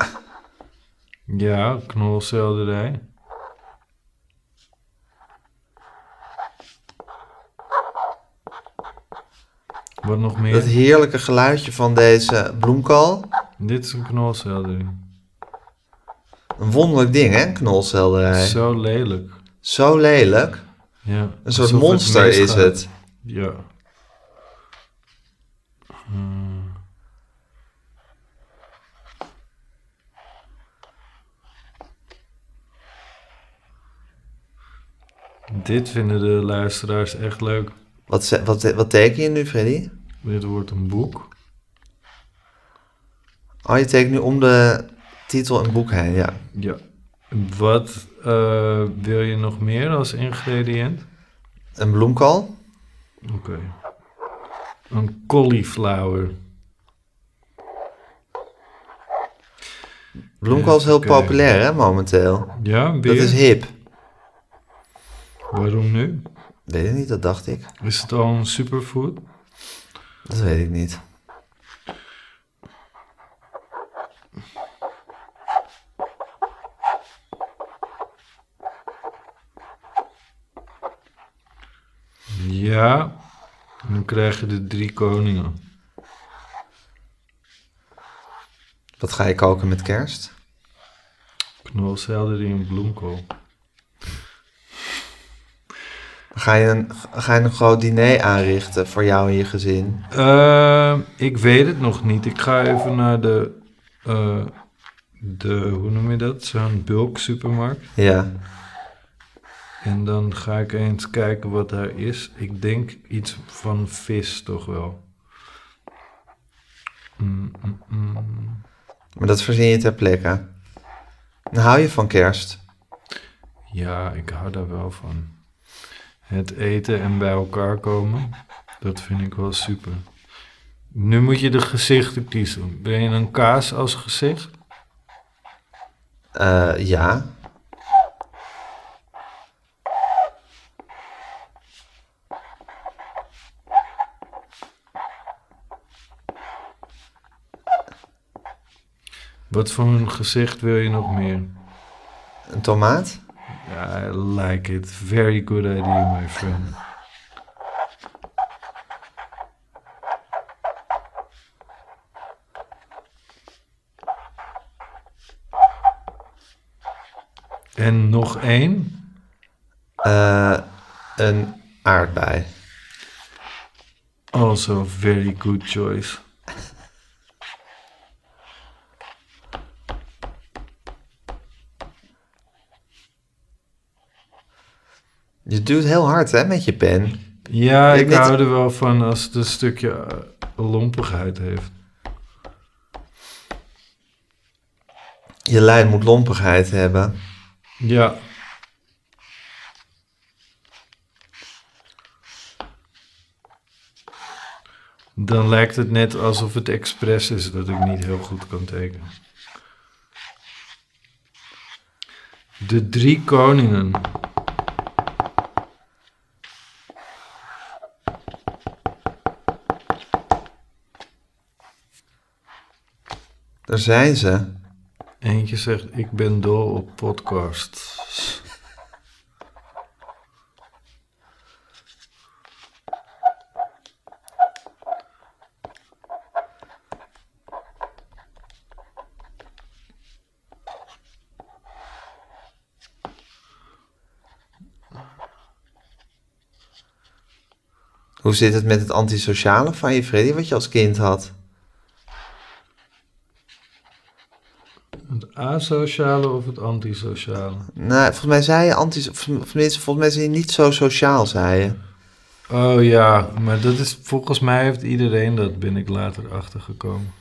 S4: Ja, knolselderij. Wat nog meer?
S5: Dat heerlijke geluidje van deze bloemkool.
S4: Dit is een knolselderij.
S5: Een wonderlijk ding, hè? Knolselderij. Zo,
S4: Zo lelijk.
S5: lelijk.
S4: Ja,
S5: Een
S4: alsof
S5: soort
S4: het
S5: monster is
S4: misgaat.
S5: het.
S4: Ja. Hmm. Dit vinden de luisteraars echt leuk.
S5: Wat, ze- wat, wat teken je nu, Freddy?
S4: Dit wordt een boek.
S5: Oh, je tekent nu om de titel een boek heen, ja.
S4: Ja. Wat eh, wil je nog meer als ingrediënt?
S5: Een bloemkool.
S4: Oké. Een cauliflower.
S5: Bloemkool is heel
S4: Oké.
S5: populair, hè, momenteel.
S4: Ja,
S5: Dat
S4: weer?
S5: is hip.
S4: Waarom nu?
S5: Weet ik niet, dat dacht ik.
S4: Is het al een superfood?
S5: Dat weet ik niet.
S4: Ja. En dan krijg je de drie koningen.
S5: Wat ga je koken met kerst?
S4: Knolselderie en bloemkool.
S5: Ga je, een, ga je een groot diner aanrichten voor jou en je gezin?
S4: Ehm, ik weet het nog niet. Ik ga even naar de, eh, de hoe noem je dat? Zo'n bulk supermarkt.
S5: Ja.
S4: En dan ga ik eens kijken wat daar is. Ik denk iets van vis toch wel. Mm, mm, mm.
S5: Maar dat verzin je ter plekke. Dan hou je van kerst.
S4: Ja, ik hou daar wel van. Het eten en bij elkaar komen, dat vind ik wel super. Nu moet je de gezichten kiezen. Ben je een kaas als gezicht?
S5: Eh, ja.
S4: Wat voor een gezicht wil je nog meer?
S5: Een tomaat?
S4: I like it. Very good idea, my friend. En nog één.
S5: Eh, een aardbei.
S4: Also very good choice.
S5: Je duwt heel hard, hè, met je pen.
S4: Ja,
S5: Ik
S4: ik
S5: weet-
S4: hou er wel van als het een stukje eh, lompigheid heeft.
S5: Je lijn moet lompigheid hebben.
S4: Ja. Dan lijkt het net alsof het expres is dat ik niet heel goed kan tekenen. De drie koningen.
S5: Daar zijn ze.
S4: Eentje zegt, ik ben dol op podcasts.
S5: Hoe zit het met het antisociale van je Freddy, wat je als kind had?
S4: Het asociale of het antisociale?
S5: Nou, volgens mij zei je anti... of tenminste, volgens mij zei je niet zo sociaal, zei je.
S4: Oh ja, maar dat is volgens mij heeft iedereen dat, ben ik later achtergekomen.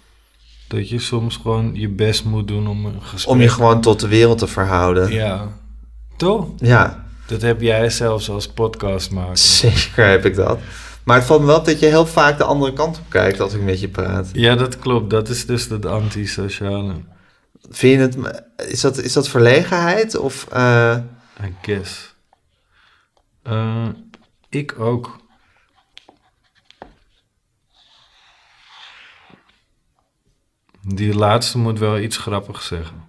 S4: Dat je soms gewoon je best moet doen om een gesprek...
S5: Om je gewoon tot de wereld te verhouden. Ja,
S4: Ja. Toch? Dat heb jij zelfs als podcast maken.
S5: zeker heb ik dat. Maar het valt me wel op dat je heel vaak de andere kant op kijkt als ik met je praat.
S4: Ja, dat klopt. Dat is dus dat antisociale.
S5: Vind je het... Is dat, is dat verlegenheid of... eh,
S4: I guess. Eh, ik ook. Die laatste moet wel iets grappigs zeggen.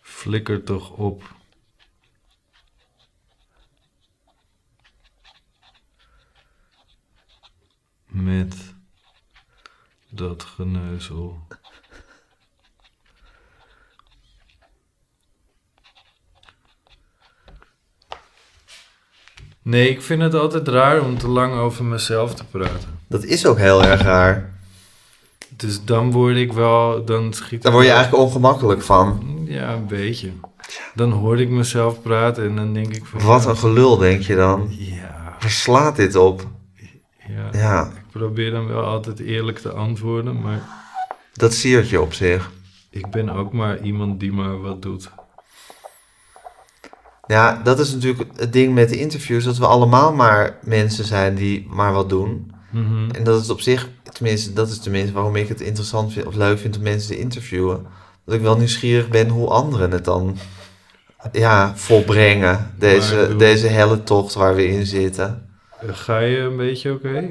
S4: Flikker toch op. Met dat geneuzel. Nee, ik vind het altijd raar om te lang over mezelf te praten.
S5: Dat is ook heel erg raar.
S4: Dus dan word ik wel, dan schiet
S5: Daar
S4: ik
S5: word je eigenlijk ongemakkelijk van.
S4: wel- Ja, een beetje. Dan hoor ik mezelf praten en dan denk ik van...
S5: Wat
S4: ja,
S5: een gelul, denk je dan.
S4: Ja,
S5: Waar slaat dit op?
S4: ja.
S5: Ja,
S4: Ik probeer dan wel altijd eerlijk te antwoorden, maar
S5: dat siert je op zich.
S4: ik ben ook maar iemand die maar wat doet.
S5: Ja, dat is natuurlijk het ding met de interviews, dat we allemaal maar mensen zijn die maar wat doen.
S4: Mhm.
S5: En dat is op zich, tenminste, dat is tenminste waarom ik het interessant vind of leuk vind om mensen te interviewen. Dat ik wel nieuwsgierig ben hoe anderen het dan ja, volbrengen. Deze,
S4: Maar ik bedoel-
S5: deze helle tocht waar we in zitten.
S4: Ga je een beetje oké?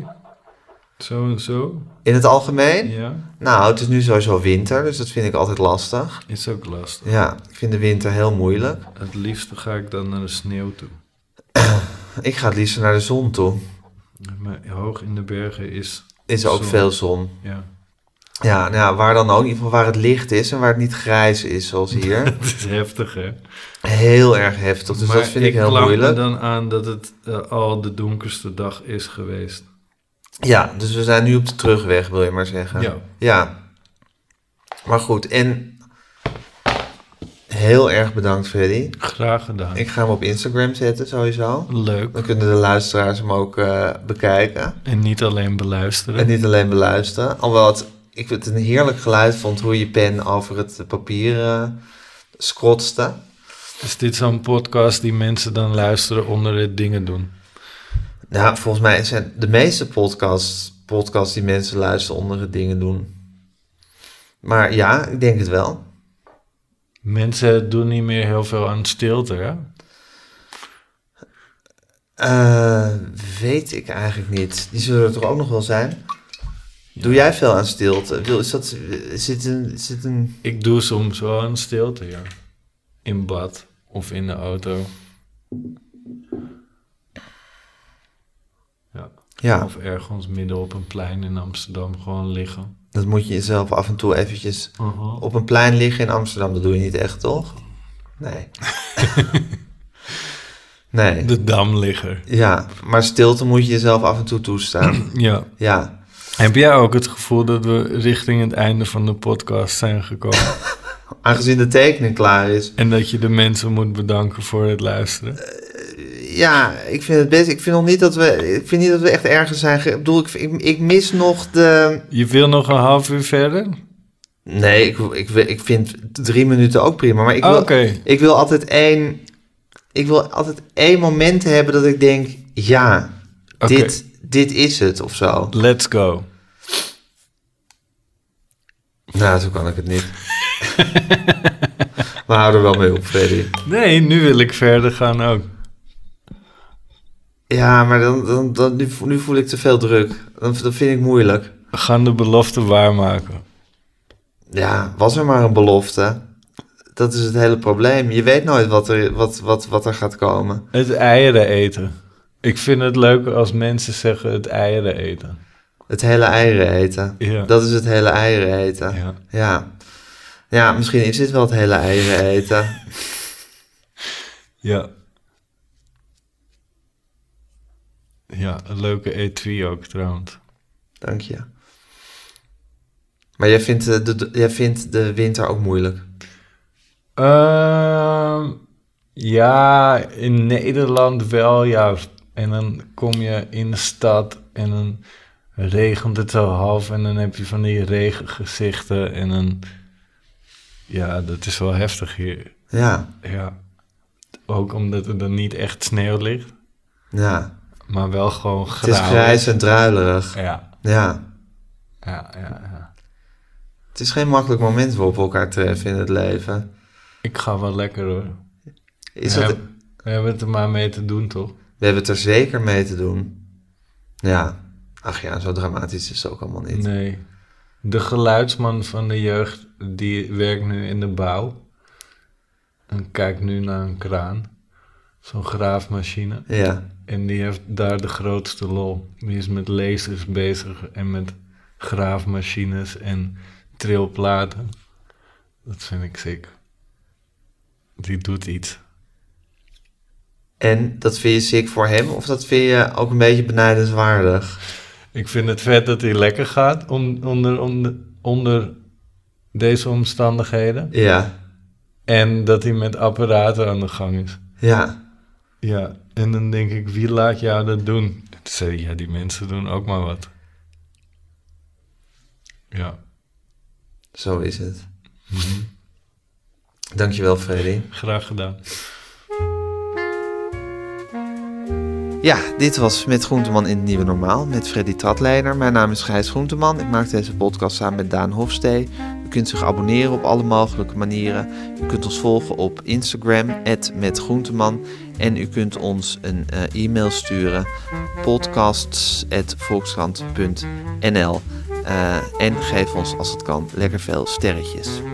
S4: Zo en zo?
S5: In het algemeen?
S4: Ja.
S5: Nou, het is nu sowieso winter, dus dat vind ik altijd lastig.
S4: Is ook lastig.
S5: Ja, ik vind de winter heel moeilijk.
S4: Het liefste ga ik dan naar de sneeuw toe.
S5: Ik ga het liefst naar de zon toe.
S4: Maar hoog in de bergen is...
S5: Is er ook
S4: Zon.
S5: veel zon.
S4: Ja.
S5: Ja, nou ja, waar dan ook, in ieder geval waar het licht is en waar het niet grijs is, zoals hier.
S4: Het is heftig, hè?
S5: heel erg heftig, dus
S4: Maar
S5: dat vind ik, heel
S4: klamp me
S5: moeilijk.
S4: dan aan dat het eh, al de donkerste dag is geweest.
S5: Ja, dus we zijn nu op de terugweg, wil je maar zeggen. Ja. Maar goed, en heel erg bedankt Freddy.
S4: Graag gedaan.
S5: Ik ga hem op Instagram zetten sowieso.
S4: Leuk.
S5: Dan kunnen de luisteraars hem ook eh, bekijken.
S4: En niet alleen beluisteren.
S5: En niet alleen beluisteren. Alhoewel het, ik het een heerlijk geluid vond hoe je pen over het papier eh, scrotste.
S4: Is Dus dit zo'n podcast die mensen dan luisteren onder het dingen doen?
S5: Nou, volgens mij zijn de meeste podcasts, podcasts die mensen luisteren onder het dingen doen. Maar ja, ik denk het wel.
S4: Mensen doen niet meer heel veel aan stilte, hè?
S5: Eh, weet ik eigenlijk niet. Die zullen er toch ook nog wel zijn? Doe jij veel aan stilte? Wil- Is dat, is dit een, is dit een...
S4: Ik doe soms wel aan stilte, ja. In bad of in de auto. Ja.
S5: Ja,
S4: Of ergens midden op een plein in Amsterdam gewoon liggen.
S5: dat moet je jezelf af en toe eventjes... Op een plein liggen in Amsterdam, dat doe je niet echt, toch? Nee. nee.
S4: De damligger.
S5: Ja, maar stilte moet je jezelf af en toe toestaan.
S4: Ja.
S5: Ja.
S4: Heb jij ook het gevoel dat we richting het einde van de podcast zijn gekomen?
S5: Aangezien de tekening klaar is.
S4: en dat je de mensen moet bedanken voor het luisteren?
S5: Ja, ik vind het best. Ik vind nog niet dat we. Ik vind niet dat we echt ergens zijn. ge- Ik bedoel, ik, ik, ik mis nog de.
S4: Je wil nog een half uur verder?
S5: Nee, ik, ik, ik vind drie minuten ook prima. Maar ik wil,
S4: Oh, Ah, Oké.
S5: ik wil altijd één. Ik wil altijd één moment hebben dat ik denk: ja,
S4: Oké.
S5: dit, dit is het of zo.
S4: Let's go.
S5: Nou, zo kan ik het niet. we houden er wel mee op, Freddy.
S4: Nee, nu wil ik verder gaan ook.
S5: Ja, maar dan, dan, dan, nu, nu voel ik te veel druk. Dan, dat vind ik moeilijk.
S4: We gaan de belofte waarmaken.
S5: Ja, was er maar een belofte. Dat is het hele probleem. Je weet nooit wat er, wat, wat, wat er gaat komen.
S4: Het eieren eten. Ik vind het leuk als mensen zeggen het eieren eten.
S5: Het hele eieren eten.
S4: Ja.
S5: Dat is het hele eieren eten.
S4: Ja.
S5: Ja. Ja, misschien is dit wel het hele eieren eten.
S4: Ja. Ja, een leuke etui ook trouwens.
S5: Dank je. Maar jij vindt eh, de, de- jij vindt de winter ook moeilijk.
S4: Ehm, ja, in Nederland wel, ja. En dan kom je in de stad en dan regent het zo half en dan heb je van die regengezichten en dan... Ja, dat is wel heftig hier.
S5: Ja.
S4: Ja. Ook omdat er dan niet echt sneeuw ligt,
S5: Ja.
S4: maar wel gewoon
S5: Het is
S4: grauw.
S5: grijs en druilerig.
S4: Ja,
S5: Ja.
S4: ja, ja, ja.
S5: Het is geen makkelijk moment waarop we elkaar treffen in het leven.
S4: Ik ga wel lekker hoor.
S5: Is
S4: we,
S5: dat,
S4: hebben, we hebben het er maar mee te doen, toch?
S5: We hebben het er zeker mee te doen. Ja. Ach ja, zo dramatisch is het ook allemaal niet.
S4: Nee. De geluidsman van de jeugd, die werkt nu in de bouw. En kijkt nu naar een kraan. Zo'n graafmachine.
S5: Ja.
S4: En die heeft daar de grootste lol. Die is met lasers bezig en met graafmachines en trilplaten. Dat vind ik sick. Die doet iets.
S5: En dat vind je sick voor hem of dat vind je ook een beetje benijdenswaardig?
S4: Ik vind het vet dat hij lekker gaat om, onder, onder, onder deze omstandigheden.
S5: Ja.
S4: En dat hij met apparaten aan de gang is.
S5: Ja.
S4: Ja, en dan denk ik, wie laat jou dat doen? Toen zei hij, ja, die mensen doen ook maar wat. Ja,
S5: Zo is het. Mhm. Dankjewel, Freddy.
S4: graag gedaan.
S5: Ja, dit was Met Groenteman in het Nieuwe Normaal met Freddy Tratleiner. Mijn naam is Gijs Groenteman. Ik maak deze podcast samen met Daan Hofstee. U kunt zich abonneren op alle mogelijke manieren. U kunt ons volgen op Instagram, @metgroenteman. En u kunt ons een eh, e-mail sturen, podcasts.volkskrant.nl. Eh, en geef ons, als het kan, lekker veel sterretjes.